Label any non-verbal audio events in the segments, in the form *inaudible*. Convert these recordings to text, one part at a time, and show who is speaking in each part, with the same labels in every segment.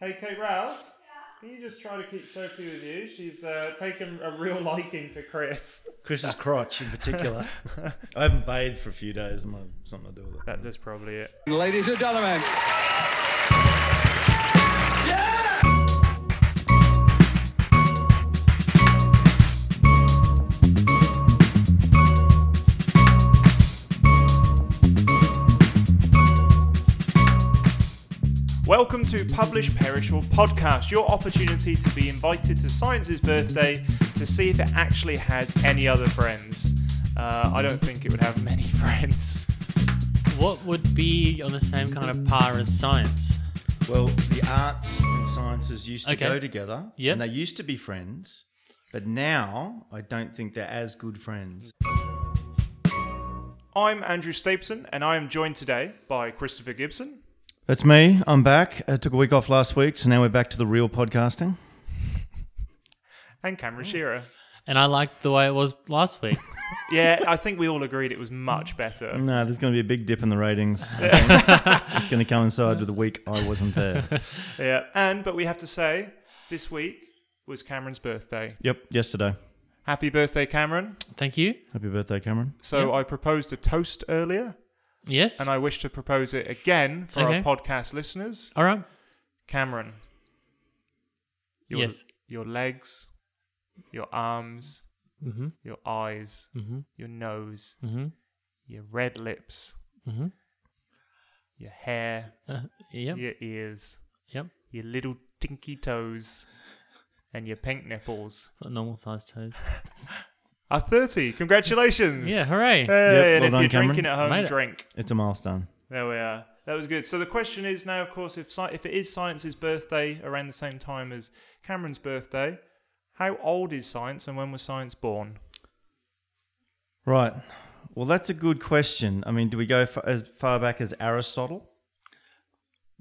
Speaker 1: Hey, Kate Ralph. Can you just try to keep Sophie with you? She's uh, taken a real *laughs* liking to Chris.
Speaker 2: *laughs* Chris's crotch in particular. I haven't bathed for a few days. My something to do with it.
Speaker 1: That, that's probably it.
Speaker 3: Ladies and gentlemen.
Speaker 1: Welcome to Publish Perish or Podcast, your opportunity to be invited to Science's birthday to see if it actually has any other friends. Uh, I don't think it would have many *laughs* friends.
Speaker 4: What would be on the same kind of par as science?
Speaker 2: Well, the arts and sciences used to
Speaker 4: Okay.
Speaker 2: go together.
Speaker 4: Yep.
Speaker 2: And they used to be friends. But now I don't think they're as good friends.
Speaker 1: I'm Andrew Stapleton, and I am joined today by Christopher Gibson.
Speaker 2: That's me. I'm back. I took a week off last week, so now we're back to the real podcasting.
Speaker 1: And Cameron Shearer.
Speaker 4: And I liked the way it was last
Speaker 1: *laughs*
Speaker 4: week.
Speaker 1: Yeah, I think we all agreed it was much better.
Speaker 2: No, there's going to be a big dip in the *laughs* ratings. I think. it's going to coincide with the week I wasn't there. *laughs*
Speaker 1: Yeah. And, but we have to say, this week was Cameron's birthday.
Speaker 2: Yep, yesterday.
Speaker 1: Happy birthday, Cameron.
Speaker 4: Thank you.
Speaker 2: Happy birthday, Cameron.
Speaker 1: So I proposed a toast earlier,
Speaker 4: Yes.
Speaker 1: and I wish to propose it again for
Speaker 4: Okay.
Speaker 1: our podcast listeners.
Speaker 4: All right.
Speaker 1: Cameron. Your,
Speaker 4: Yes.
Speaker 1: Your legs, your arms,
Speaker 4: Mhm.
Speaker 1: your eyes,
Speaker 4: Mhm.
Speaker 1: your nose,
Speaker 4: Mhm.
Speaker 1: your red lips,
Speaker 4: Mhm.
Speaker 1: your hair,
Speaker 4: Uh, yep.
Speaker 1: your ears,
Speaker 4: Yep.
Speaker 1: your little tinky toes, and your pink nipples.
Speaker 4: Normal sized
Speaker 1: *laughs*
Speaker 4: toes.
Speaker 1: Are
Speaker 4: *laughs*
Speaker 1: 30. Congratulations.
Speaker 4: Yeah. Hooray.
Speaker 1: Hey, and
Speaker 2: well
Speaker 1: if
Speaker 2: done,
Speaker 1: you're
Speaker 2: Cameron.
Speaker 1: drinking at home,
Speaker 4: Made it.
Speaker 1: drink.
Speaker 2: It's a milestone.
Speaker 1: There we are. That was good. So the question is now, of course, if sci- if it is science's birthday around the same time as Cameron's birthday, how old is science and when was science born?
Speaker 2: Right. Well, that's a good question. I mean, do we go fa- as far back as Aristotle?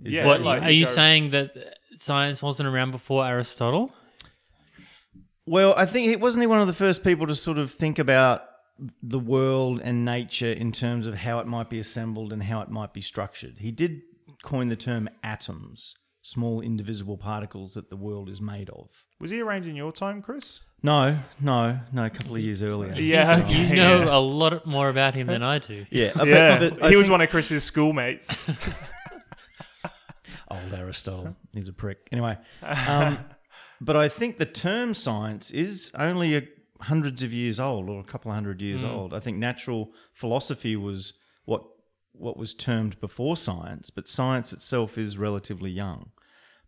Speaker 2: Is
Speaker 1: Yeah,
Speaker 2: that-
Speaker 4: what,
Speaker 2: is
Speaker 1: like-
Speaker 2: that-
Speaker 4: are you
Speaker 1: go-
Speaker 4: saying that science wasn't around before Aristotle?
Speaker 2: well, I think he wasn't he one of the first people to sort of think about the world and nature in terms of how it might be assembled and how it might be structured. He did coin the term atoms, small indivisible particles that the world is made of.
Speaker 1: Was he around in your time, Chris?
Speaker 2: No, no, no, a couple of years earlier.
Speaker 1: Yeah, *laughs* okay.
Speaker 4: You know a lot more about him than
Speaker 1: *laughs*
Speaker 4: I do.
Speaker 2: Yeah, I
Speaker 1: Yeah,
Speaker 2: bet-
Speaker 1: he
Speaker 2: but I
Speaker 1: was
Speaker 2: think-
Speaker 1: one of Chris's schoolmates.
Speaker 2: *laughs* Old Aristotle. He's a prick. Anyway, um, but I think the term science is only a, hundreds of years old or a couple of hundred years old. I think natural philosophy was what what was termed before science, but science itself is relatively young.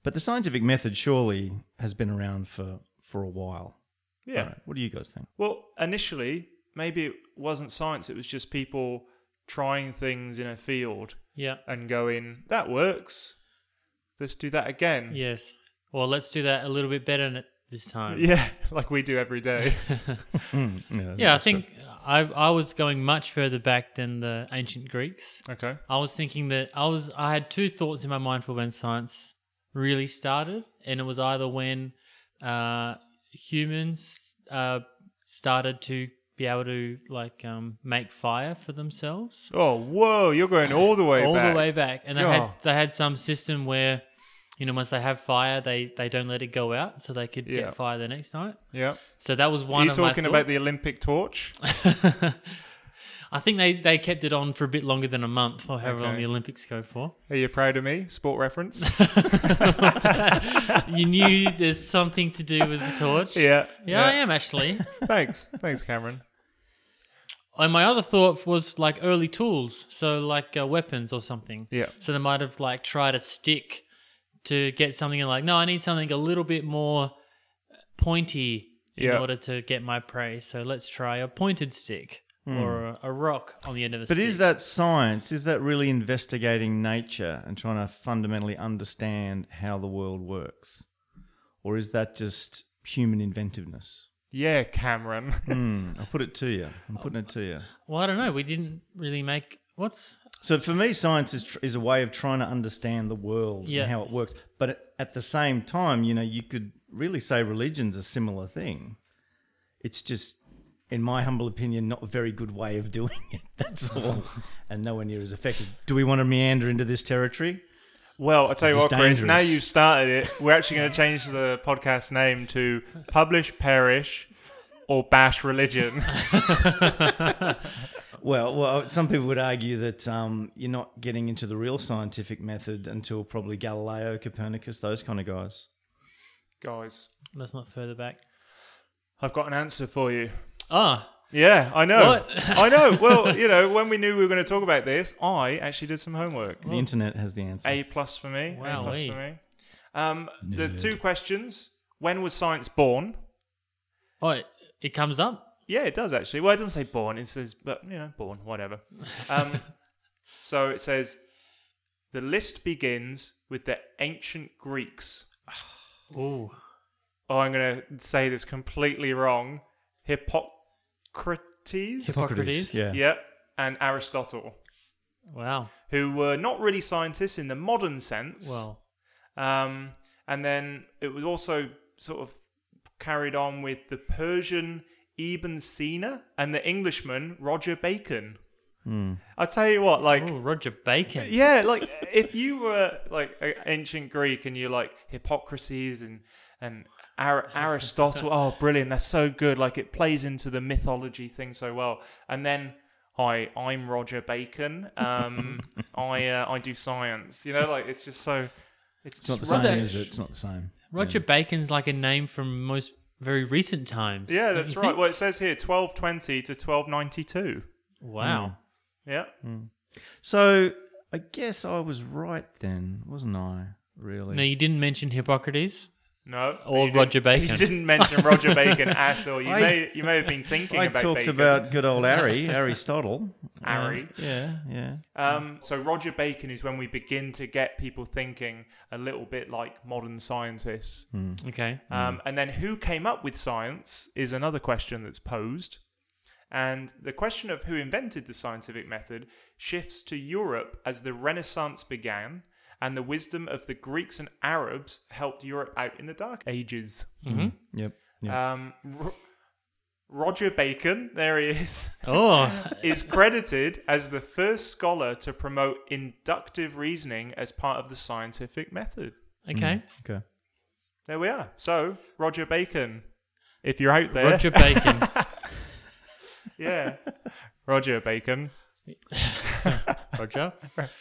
Speaker 2: But the scientific method surely has been around for for a while.
Speaker 1: yeah.
Speaker 2: Alright, What do you guys think?
Speaker 1: Well, initially, maybe it wasn't science. It was just people trying things in a field
Speaker 4: Yeah.
Speaker 1: and going, "That works. Let's do that again."
Speaker 4: Yes. Well, let's do that a little bit better n- this
Speaker 1: *laughs*
Speaker 4: time.
Speaker 1: Yeah, like we do every day. *laughs*
Speaker 4: Yeah, I think I, I was going much further back than the ancient Greeks.
Speaker 1: okay.
Speaker 4: I was thinking that I was I had two thoughts in my mind for when science really started, and it was either when uh, humans uh, started to be able to like um, make fire for themselves,
Speaker 1: Oh, whoa! You're going all the way
Speaker 4: *laughs* all
Speaker 1: back.
Speaker 4: the way back, and they had
Speaker 1: God.
Speaker 4: they had some system where you know once they have fire, they they don't let it go out, so they could
Speaker 1: Yeah.
Speaker 4: get fire the next night.
Speaker 1: Yeah.
Speaker 4: So that was
Speaker 1: Are
Speaker 4: one.
Speaker 1: you
Speaker 4: of my
Speaker 1: talking about
Speaker 4: thoughts.
Speaker 1: the Olympic torch?
Speaker 4: I think they, they kept it on for a bit longer than a month, or however long
Speaker 1: Okay.
Speaker 4: the Olympics go for.
Speaker 1: Are you proud of me? Sport
Speaker 4: *laughs*
Speaker 1: reference.
Speaker 4: You knew there's something to do with the
Speaker 1: *laughs*
Speaker 4: torch.
Speaker 1: yeah.
Speaker 4: Yeah, I am actually.
Speaker 1: Thanks. Thanks, Cameron.
Speaker 4: and my other thought was like early tools, so like uh, weapons or something.
Speaker 1: Yeah.
Speaker 4: So they might have like tried a stick to get something and like, no, I need something a little bit more pointy in
Speaker 1: Yeah.
Speaker 4: order to get my prey. So let's try a pointed stick or a, a rock on the end of a
Speaker 2: But
Speaker 4: stick.
Speaker 2: is that science? Is that really investigating nature and trying to fundamentally understand how the world works? Or is that just human inventiveness?
Speaker 1: Yeah,
Speaker 4: *laughs*
Speaker 1: Cameron.
Speaker 2: Hmm, I'll put it to you. I'm putting it to you.
Speaker 4: Well, I don't know. We didn't really make what's
Speaker 2: So for me, science is, tr- is a way of trying to understand the world
Speaker 4: Yeah.
Speaker 2: and how it works. But at the same time, you know, you could really say religion's a similar thing. It's just, in my humble opinion, not a very good way of *laughs* doing it. That's all. and nowhere near as effective. Do we want to meander into this territory?
Speaker 1: Well, I tell you
Speaker 2: This
Speaker 1: what,
Speaker 2: is
Speaker 1: Chris. Now
Speaker 2: dangerous.
Speaker 1: you've started it. We're actually going to change the podcast name to Publish, Perish, or Bash
Speaker 4: *laughs*
Speaker 1: Religion.
Speaker 2: Well, well, some people would argue that um, you're not getting into the real scientific method until probably Galileo, Copernicus, those kind of guys.
Speaker 1: Guys,
Speaker 4: That's not further back.
Speaker 1: I've got an answer for you.
Speaker 4: Ah,
Speaker 1: Yeah, I know.
Speaker 4: What?
Speaker 1: I know.
Speaker 4: *laughs*
Speaker 1: Well, you know, when we knew we were going to talk about this, I actually did some homework.
Speaker 2: The internet has the answer.
Speaker 1: A plus for me. A plus
Speaker 4: Wowee.
Speaker 1: for me. Um, the two questions: When was science born?
Speaker 4: oh, it, it comes up.
Speaker 1: Yeah, it does actually. Well, it doesn't say born. It says, but you know, born, whatever. Um, so it says, the list begins with the ancient Greeks.
Speaker 4: Ooh,
Speaker 1: Oh, I'm going to say this completely wrong. Hippocrates.
Speaker 4: Hippocrates.
Speaker 2: Yeah.
Speaker 1: Yep, and Aristotle,
Speaker 4: wow.
Speaker 1: who were not really scientists in the modern sense.
Speaker 4: Well,
Speaker 1: Um, and then it was also sort of carried on with the Persian Ibn Sina and the Englishman Roger Bacon. I tell you what, like,
Speaker 4: ooh, Roger Bacon.
Speaker 1: yeah, like *laughs* if you were like a- ancient Greek and you're like Hippocrates and and
Speaker 2: *laughs*
Speaker 1: Ar- Aristotle, oh, brilliant, that's so good. Like it plays into the mythology thing so well. And then, hi, I'm Roger Bacon.
Speaker 2: *laughs*
Speaker 1: Um, I uh, I do science. You know, like it's just so. It's,
Speaker 2: It's not
Speaker 1: just
Speaker 2: the
Speaker 1: right-
Speaker 2: same, is it? It's not the same.
Speaker 4: Roger Bacon's like a name from most very recent times.
Speaker 2: *laughs*
Speaker 1: Yeah,
Speaker 4: don't
Speaker 1: that's
Speaker 4: you
Speaker 1: right.
Speaker 4: think?
Speaker 1: Well, it says here twelve twenty to twelve ninety two.
Speaker 4: Wow.
Speaker 1: Yeah,
Speaker 2: Hmm. So I guess I was right then, wasn't I? Really?
Speaker 4: No, you didn't mention Hippocrates.
Speaker 1: no, you
Speaker 4: Or
Speaker 1: didn't-
Speaker 4: Roger Bacon.
Speaker 1: You didn't mention Roger Bacon at
Speaker 2: *laughs*
Speaker 1: all. You
Speaker 2: I-
Speaker 1: may you may have been thinking
Speaker 2: I
Speaker 1: about
Speaker 2: talked
Speaker 1: Bacon.
Speaker 2: about good
Speaker 4: *laughs*
Speaker 2: old Ari, Aristotle.
Speaker 1: Ari.
Speaker 2: Uh, yeah, yeah.
Speaker 1: Um, so Roger Bacon is when we begin to get people thinking a little bit like modern scientists.
Speaker 4: Okay.
Speaker 1: Um, and then who came up with science is another question that's posed. And the question of who invented the scientific method shifts to Europe as the Renaissance began and the wisdom of the Greeks and Arabs helped Europe out in the Dark Ages.
Speaker 2: Yep. yep.
Speaker 1: Um, Ro- Roger Bacon, there he is
Speaker 4: Oh,
Speaker 1: is credited as the first scholar to promote inductive reasoning as part of the scientific method.
Speaker 4: okay.
Speaker 2: okay.
Speaker 1: There we are. So, Roger Bacon, if you're out there,
Speaker 4: Roger Bacon.
Speaker 1: *laughs*
Speaker 4: *laughs*
Speaker 1: yeah, Roger Bacon, *laughs*
Speaker 4: Roger.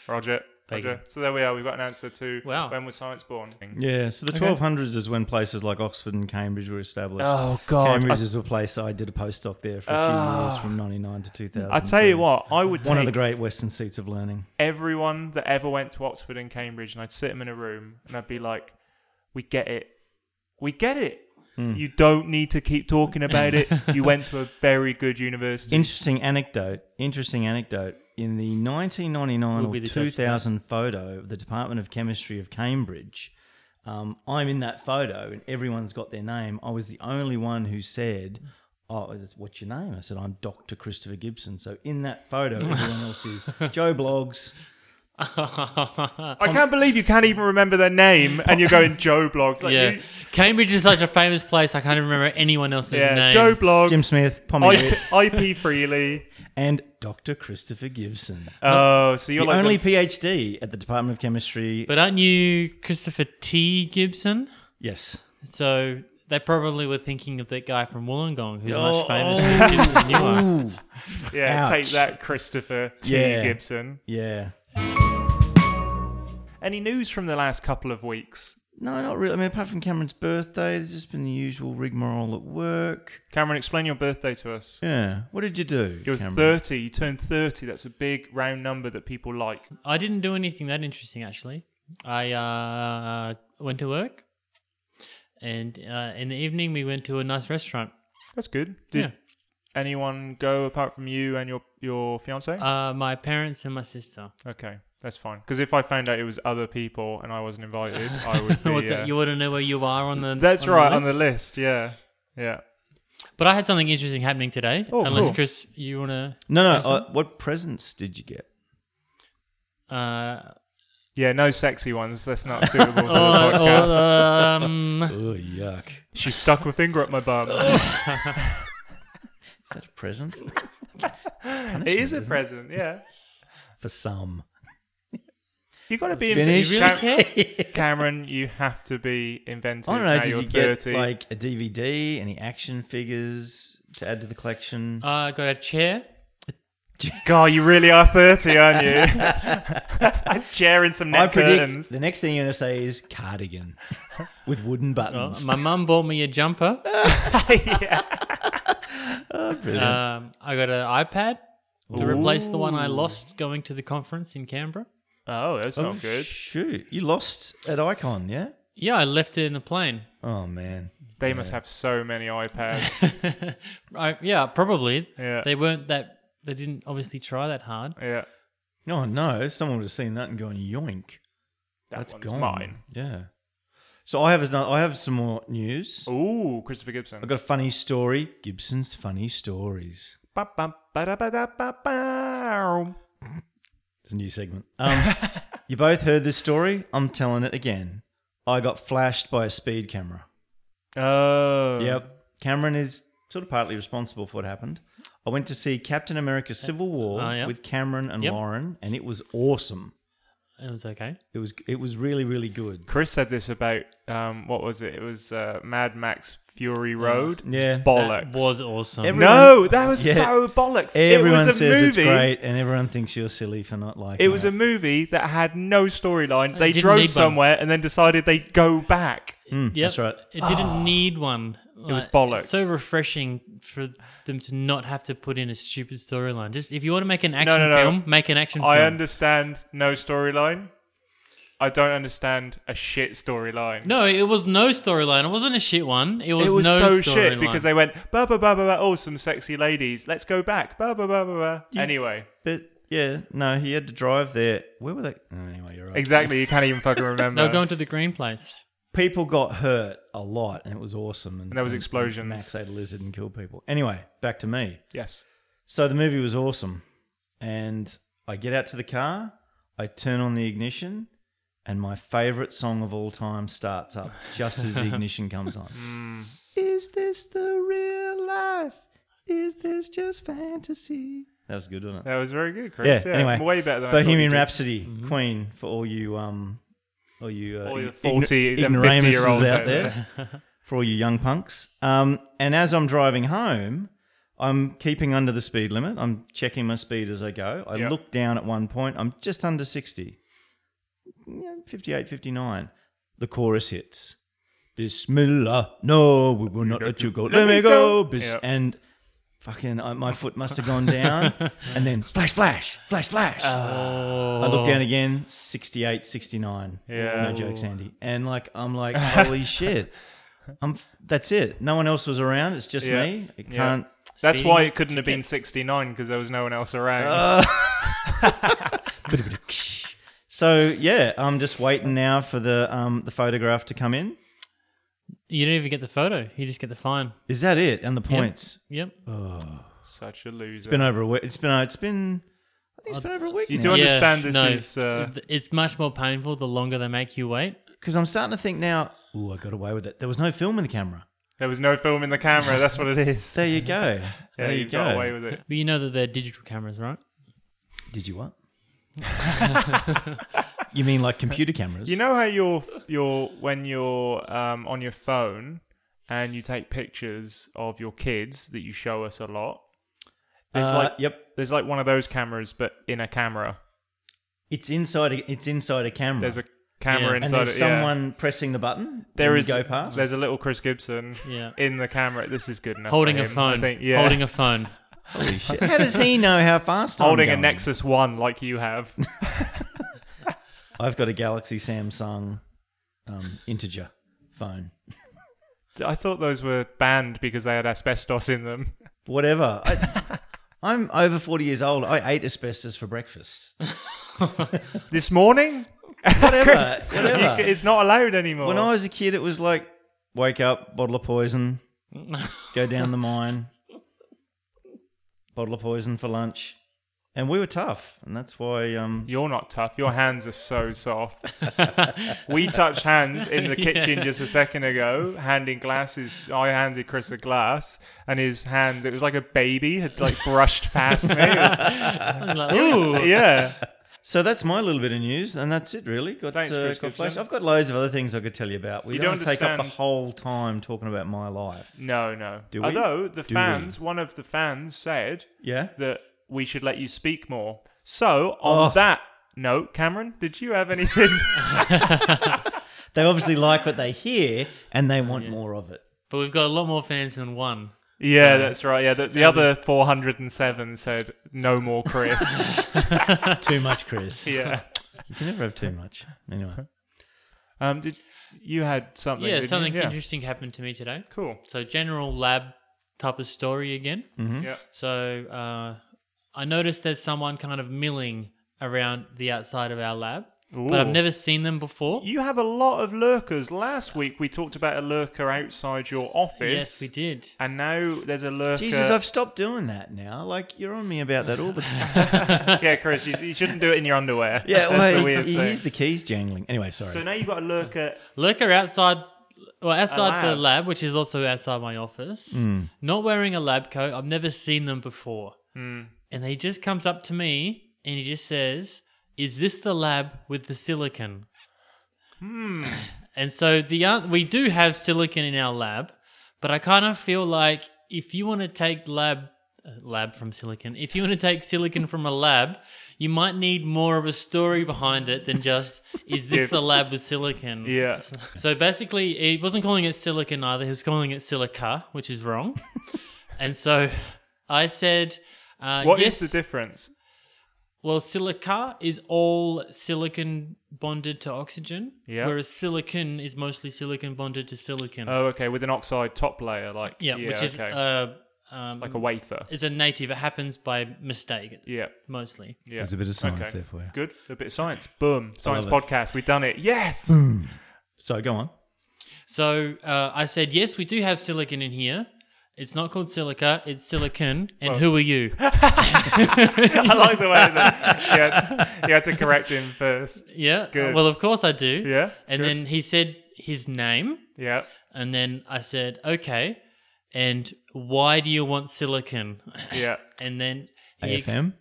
Speaker 1: Roger.
Speaker 4: Bacon.
Speaker 1: Roger. So there we are. We've got an answer to
Speaker 4: Wow.
Speaker 1: when was science born?
Speaker 2: Yeah, so the
Speaker 4: Okay.
Speaker 2: 1200s is when places like Oxford and Cambridge were established.
Speaker 1: Oh, God.
Speaker 2: Cambridge is a place I did a postdoc there for a few years from 99 to 2000.
Speaker 1: I tell you what, I would
Speaker 2: One of
Speaker 1: take
Speaker 2: the great Western seats of learning.
Speaker 1: everyone that ever went to Oxford and Cambridge, and I'd sit them in a room, and I'd be like, "We get it, we get it.
Speaker 2: Hmm.
Speaker 1: You don't need to keep talking about
Speaker 2: *laughs*
Speaker 1: it. You went to a very good university."
Speaker 2: Interesting anecdote. Interesting anecdote. In the 1999
Speaker 4: We'll be
Speaker 2: or
Speaker 4: the judge
Speaker 2: 2000 photo of the Department of Chemistry of Cambridge, um, I'm in that photo and everyone's got their name. I was the only one who said, "Oh, it's- what's your name?" I said, "I'm Dr. Christopher Gibson." So in that
Speaker 1: *laughs*
Speaker 2: photo, everyone else is Joe Blogs.
Speaker 1: I can't believe you can't even remember their name, and you're
Speaker 2: *laughs*
Speaker 1: going Joe Blogs. Like,
Speaker 4: yeah.
Speaker 1: you-
Speaker 4: Cambridge is such a famous place. I can't even remember anyone else's
Speaker 1: yeah,
Speaker 4: name.
Speaker 1: Joe Blogs,
Speaker 2: Jim Smith,
Speaker 1: Oh,
Speaker 2: Pommy Witt,
Speaker 1: *laughs* I, IP Freely.
Speaker 2: and Dr. Christopher Gibson.
Speaker 1: Oh, so you're
Speaker 2: The
Speaker 1: like
Speaker 2: only
Speaker 1: the-
Speaker 2: PhD at the Department of Chemistry.
Speaker 4: But aren't you Christopher T. Gibson?
Speaker 2: yes.
Speaker 4: So they probably were thinking of that guy from Wollongong who's
Speaker 2: Oh,
Speaker 4: much famous as Gibson than you are.
Speaker 2: Ooh.
Speaker 1: yeah.
Speaker 2: ouch.
Speaker 1: Take that, Christopher T.
Speaker 2: Yeah.
Speaker 1: Gibson.
Speaker 2: Yeah.
Speaker 1: Any news from the last couple of weeks?
Speaker 2: No, not really. I mean, apart from Cameron's birthday, there's just been the usual rigmarole at work.
Speaker 1: Cameron, explain your birthday to us.
Speaker 2: Yeah. What did you do?
Speaker 1: You're
Speaker 2: Cameron?
Speaker 1: 30. You turned 30. That's a big round number that people like.
Speaker 4: I didn't do anything that interesting actually. I uh, went to work, and uh, in the evening we went to a nice restaurant.
Speaker 1: That's good. Did
Speaker 4: Yeah.
Speaker 1: anyone go apart from you and your your fiance?
Speaker 4: Uh, my parents and my sister.
Speaker 1: *laughs* okay, that's fine. Because if I found out it was other people and I wasn't invited, I would be.
Speaker 4: What's
Speaker 1: uh,
Speaker 4: that? You want to know where you are on the.
Speaker 1: *laughs* that's
Speaker 4: on
Speaker 1: right
Speaker 4: The
Speaker 1: on the list.
Speaker 4: list?
Speaker 1: Yeah, yeah.
Speaker 4: But I had something interesting happening today.
Speaker 1: Oh,
Speaker 4: unless
Speaker 1: cool.
Speaker 4: Chris, you want to.
Speaker 2: No,
Speaker 4: Say
Speaker 2: no. Uh, what presents did you get?
Speaker 4: Uh,
Speaker 1: Yeah, no sexy ones. That's not suitable for the
Speaker 4: or,
Speaker 1: podcast.
Speaker 4: or, um, *laughs*
Speaker 2: Oh, yuck.
Speaker 1: She stuck her finger up my bum.
Speaker 2: Is that a
Speaker 1: *laughs*
Speaker 2: present?
Speaker 1: it is a present, yeah.
Speaker 2: For some.
Speaker 1: You got to be
Speaker 2: Finish.
Speaker 1: inventive, Cam-
Speaker 2: *laughs* I
Speaker 1: Cameron. You have to be inventive.
Speaker 2: don't know.
Speaker 1: now
Speaker 2: Did
Speaker 1: you're
Speaker 2: you get
Speaker 1: 30.
Speaker 2: like a DVD? Any action figures to add to the
Speaker 1: Uh,
Speaker 2: collection?
Speaker 4: I got a chair.
Speaker 1: God, you really are 30, aren't you? *laughs* I'm sharing some
Speaker 2: I
Speaker 1: neck
Speaker 2: predict
Speaker 1: curtains.
Speaker 2: the next thing you're gonna say is
Speaker 1: *laughs*
Speaker 2: cardigan with wooden
Speaker 4: Uh,
Speaker 1: Oh.
Speaker 2: buttons.
Speaker 4: my mum bought me a jumper.
Speaker 1: *laughs*
Speaker 4: *laughs*
Speaker 1: yeah.
Speaker 4: Um, I got an iPad to replace the one I lost going to the conference in Canberra.
Speaker 1: Oh, that's
Speaker 2: Oh,
Speaker 1: not good.
Speaker 2: Shoot, you lost at Icon, yeah?
Speaker 4: Yeah, I left it in the plane. *laughs*
Speaker 2: Oh man,
Speaker 1: They must have so many
Speaker 2: *laughs*
Speaker 1: iPads.
Speaker 4: I, yeah, probably.
Speaker 1: Yeah.
Speaker 4: They weren't that. They didn't obviously try that hard.
Speaker 1: yeah.
Speaker 2: oh no, someone would have seen that and gone yoink.
Speaker 1: That
Speaker 2: That's
Speaker 1: one's
Speaker 2: gone.
Speaker 1: mine.
Speaker 2: Yeah. So I have another, I have some more news.
Speaker 1: Oh. Ooh, Christopher Gibson.
Speaker 2: I've got a funny story. Gibson's funny stories.
Speaker 1: Ba, ba, ba, da, ba, da, ba, ba.
Speaker 2: It's a
Speaker 1: *laughs*
Speaker 2: new segment. Um, you both heard this story. I'm telling it again. I got flashed by a speed camera.
Speaker 1: Oh.
Speaker 2: Yep. Cameron is sort of partly responsible for what happened. I went to see Captain America Civil War
Speaker 1: Uh,
Speaker 4: Oh, yeah.
Speaker 2: with Cameron and
Speaker 4: Yep.
Speaker 2: Lauren, and it was awesome.
Speaker 4: It was okay.
Speaker 2: It was it was really really good.
Speaker 1: Chris said this about, um, what was it? It was uh, Mad Max Fury Road.
Speaker 2: Uh, Yeah.
Speaker 1: Bollocks.
Speaker 4: That was awesome.
Speaker 2: Every-
Speaker 1: no, that was
Speaker 2: Yeah.
Speaker 1: so bollocks.
Speaker 2: Everyone
Speaker 1: it was a
Speaker 2: says
Speaker 1: movie.
Speaker 2: it's great, and everyone thinks you're silly for not liking
Speaker 1: It was a movie that had no storyline. They
Speaker 4: didn't need one.
Speaker 1: drove somewhere and then decided they'd go back.
Speaker 2: Mm,
Speaker 4: Yep.
Speaker 2: That's right.
Speaker 4: It didn't need one. it
Speaker 1: Oh. was bollocks.
Speaker 4: So refreshing for them to not have to put in a stupid storyline. Just if you want to make an action
Speaker 1: no, no.
Speaker 4: film, make an action
Speaker 1: I
Speaker 4: film.
Speaker 1: understand no storyline. I don't understand a shit storyline.
Speaker 4: no, it was no storyline. It wasn't a shit one. It was,
Speaker 1: it was
Speaker 4: no
Speaker 1: so
Speaker 4: storyline.
Speaker 1: shit because they went ba ba ba ba ba. Oh, some sexy ladies. Let's go back. Ba ba ba ba ba. Anyway,
Speaker 2: But yeah, no, he had to drive there. Where were they? oh, anyway, you're right.
Speaker 1: exactly. You can't even
Speaker 4: *laughs*
Speaker 1: fucking remember.
Speaker 4: they were going to the green place.
Speaker 2: People got hurt a lot, and it was awesome. And,
Speaker 1: there was explosions.
Speaker 2: Max ate a lizard and killed people. Anyway, back to me.
Speaker 1: yes.
Speaker 2: So the movie was awesome, and I get out to the car, I turn on the ignition, and my favorite song of all time starts up just as the ignition comes on. Is this the real life? Is this just fantasy? That was good, wasn't it?
Speaker 1: That was very good, Chris. Yeah.
Speaker 2: anyway,
Speaker 1: way better than I thought
Speaker 2: Bohemian
Speaker 1: you did. Mm-hmm.
Speaker 2: Rhapsody, Queen, for all you um, all you uh,
Speaker 1: All your
Speaker 2: ign-
Speaker 1: 40 and
Speaker 2: ignoramuses
Speaker 1: 50-year-olds
Speaker 2: out
Speaker 1: out
Speaker 2: there, *laughs* for all you young punks. Um, and as I'm driving home, I'm keeping under the speed limit. I'm checking my speed as I go. I
Speaker 1: Yeah.
Speaker 2: look down at one point. I'm just under 60, you know, 58, 59. The chorus hits. Bismillah, no, we will not let you go. Let, me go. Bis-
Speaker 1: Yeah.
Speaker 2: And fucking, I, my foot must have
Speaker 1: *laughs*
Speaker 2: gone down. and then flash, flash, flash, flash. I look down again, 68, 69.
Speaker 1: Oh. Yeah.
Speaker 2: No
Speaker 1: *laughs*
Speaker 2: jokes, Andy. And like, I'm like, holy shit. I'm, that's it. No one else was around. It's just
Speaker 1: Yeah.
Speaker 2: me. It
Speaker 1: Yeah.
Speaker 2: can't.
Speaker 1: That's why it couldn't have been 69 because there was no one else around.
Speaker 4: Uh,
Speaker 2: So yeah, I'm just waiting now for the um, the photograph to come in.
Speaker 4: You don't even get the photo. You just get the fine.
Speaker 2: Is that it? And the points.
Speaker 4: Yep.
Speaker 1: Oh. Such a loser.
Speaker 2: Been over a week. It's been. uh, It's been. I think it's been over a week.
Speaker 1: you
Speaker 2: now.
Speaker 1: do understand this is, uh,
Speaker 4: Th- it's much more painful the longer they make you wait.
Speaker 2: because I'm starting to think now. Oh, I got away with it. There was no film in the camera.
Speaker 1: there was no film in the camera. That's what it *laughs* is.
Speaker 2: There you go.
Speaker 1: yeah,
Speaker 2: there
Speaker 1: you
Speaker 2: you go.
Speaker 1: got away with it.
Speaker 4: But you know that they're digital cameras, right?
Speaker 2: Did
Speaker 1: *laughs*
Speaker 2: you what? you mean like computer cameras?
Speaker 1: You know how you're you're when you're um, on your phone and you take pictures of your kids that you show us a lot. There's
Speaker 2: Uh,
Speaker 1: like
Speaker 2: yep.
Speaker 1: there's like one of those cameras, but in a camera.
Speaker 2: It's inside. A, it's inside a camera.
Speaker 1: There's a camera
Speaker 4: Yeah.
Speaker 2: and
Speaker 1: inside
Speaker 2: there's
Speaker 1: it. yeah.
Speaker 2: someone pressing the button.
Speaker 1: There
Speaker 2: when you
Speaker 1: is
Speaker 2: go past.
Speaker 1: There's a little Chris Gibson
Speaker 4: Yeah.
Speaker 1: in the camera. This is good enough. for
Speaker 4: Holding a
Speaker 1: him, I
Speaker 4: phone.
Speaker 1: think. Yeah.
Speaker 4: Holding
Speaker 1: *laughs*
Speaker 4: a phone.
Speaker 2: Holy shit. How does he know how fast I'm
Speaker 1: Holding a
Speaker 2: going?
Speaker 1: Nexus One like you
Speaker 2: *laughs*
Speaker 1: have.
Speaker 2: I've got a Galaxy Samsung um, integer phone.
Speaker 1: I thought those were banned because they had asbestos in them.
Speaker 2: Whatever. I,
Speaker 1: *laughs*
Speaker 2: I'm over 40 years old. I ate asbestos for breakfast.
Speaker 1: This morning, *laughs*
Speaker 2: Whatever.
Speaker 1: You
Speaker 2: whatever.
Speaker 1: c- it's not allowed anymore.
Speaker 2: when I was a kid, it was like wake up, bottle of poison, go down the mine, bottle of poison for lunch. And we were tough. And that's why. Um,
Speaker 1: You're not tough. Your hands are so soft. we touched hands in the kitchen just a second ago, handing glasses. I handed Chris a glass, and his hands, it was like a baby had like brushed past me. It was-
Speaker 4: *laughs* I'm like, ooh.
Speaker 1: yeah.
Speaker 2: So that's my little bit of news, and that's it really. Got,
Speaker 1: Thanks,
Speaker 2: uh,
Speaker 1: Chris
Speaker 2: got
Speaker 1: Gibson.
Speaker 2: flash. I've got loads of other things I could tell you about. We
Speaker 1: You
Speaker 2: don't,
Speaker 1: don't
Speaker 2: take up the
Speaker 1: understand-
Speaker 2: whole time talking about my life.
Speaker 1: No, no.
Speaker 2: Do we?
Speaker 1: Although the
Speaker 2: Do we?
Speaker 1: fans, one of the fans said
Speaker 2: Yeah.
Speaker 1: that we should let you speak more. So on
Speaker 2: Oh.
Speaker 1: that note, Cameron, did you have anything? *laughs*
Speaker 2: They obviously *laughs* like what they hear, and they want more of it.
Speaker 4: But we've got a lot more fans than one.
Speaker 1: yeah, that's right. Yeah, that's the other 407 said no more, Chris. *laughs*
Speaker 2: Too much, Chris.
Speaker 1: yeah.
Speaker 2: You can never have too much. Anyway.
Speaker 1: *laughs* Um, did you had something?
Speaker 4: yeah,
Speaker 1: didn't
Speaker 4: something
Speaker 1: you? Yeah.
Speaker 4: interesting happened to me today.
Speaker 1: Cool.
Speaker 4: So general lab type of story again.
Speaker 2: Hmm?
Speaker 1: Yeah.
Speaker 4: So uh, I noticed there's someone kind of milling around the outside of our lab, but I've
Speaker 1: Ooh.
Speaker 4: never seen them before.
Speaker 1: You have a lot of lurkers. Last week we talked about a lurker outside your office.
Speaker 4: Yes, we did.
Speaker 1: And now there's a lurker.
Speaker 2: Jesus, I've stopped doing that now. Like you're on me about that all the time.
Speaker 1: *laughs* yeah, Chris, you, you shouldn't do it in your underwear.
Speaker 2: *laughs* yeah,
Speaker 1: that's
Speaker 2: well,
Speaker 1: the
Speaker 2: he-
Speaker 1: weird
Speaker 2: he,
Speaker 1: thing.
Speaker 2: he's the keys jangling. Anyway, sorry.
Speaker 1: so now you've got a lurker.
Speaker 4: Lurker outside, well, outside the
Speaker 1: lab.
Speaker 4: lab, which is also outside my office, not wearing a lab coat. I've never seen them before.
Speaker 1: Hmm.
Speaker 4: And he just comes up to me and he just says, Is this the lab with the silicon? Hmm. *sighs* And so the an- we do have silicon in our lab, but I kind of feel like if you want to take lab uh, lab from silicon, if you want to take silicon from a lab, you might need more of a story behind it than just is this the lab with silicon?
Speaker 1: Yeah.
Speaker 4: *laughs* So basically, he wasn't calling it silicon either. He was calling it silica, which is
Speaker 1: *laughs*
Speaker 4: wrong. and so I said, uh,
Speaker 1: What is
Speaker 4: yes,
Speaker 1: the difference?
Speaker 4: well, silica is all silicon bonded to oxygen,
Speaker 1: Yeah.
Speaker 4: whereas silicon is mostly silicon bonded to silicon.
Speaker 1: Oh, okay, with an oxide top layer, like
Speaker 4: yeah, which is
Speaker 1: okay.
Speaker 4: uh, um,
Speaker 1: like a wafer.
Speaker 4: is a native. It happens by mistake
Speaker 1: Yeah,
Speaker 4: mostly.
Speaker 1: yeah.
Speaker 2: There's a bit of science
Speaker 1: okay.
Speaker 2: there for you.
Speaker 1: Good, a bit of science. Boom, science
Speaker 2: love
Speaker 1: podcast. We've done it.
Speaker 2: *laughs*
Speaker 1: Yes. *laughs*
Speaker 2: So go on.
Speaker 4: So uh, I said, yes, we do have silicon in here. It's not called silica, it's silicon. And who are you?
Speaker 1: *laughs* I like the way that you had, you had to correct him first.
Speaker 4: Yeah.
Speaker 1: Good.
Speaker 4: Well, of course I do.
Speaker 1: Yeah,
Speaker 4: And then he said his name.
Speaker 1: Yeah.
Speaker 4: And then I said, okay. And why do you want silicon? *laughs*
Speaker 1: Yeah.
Speaker 4: And then he, ex-
Speaker 2: AFM.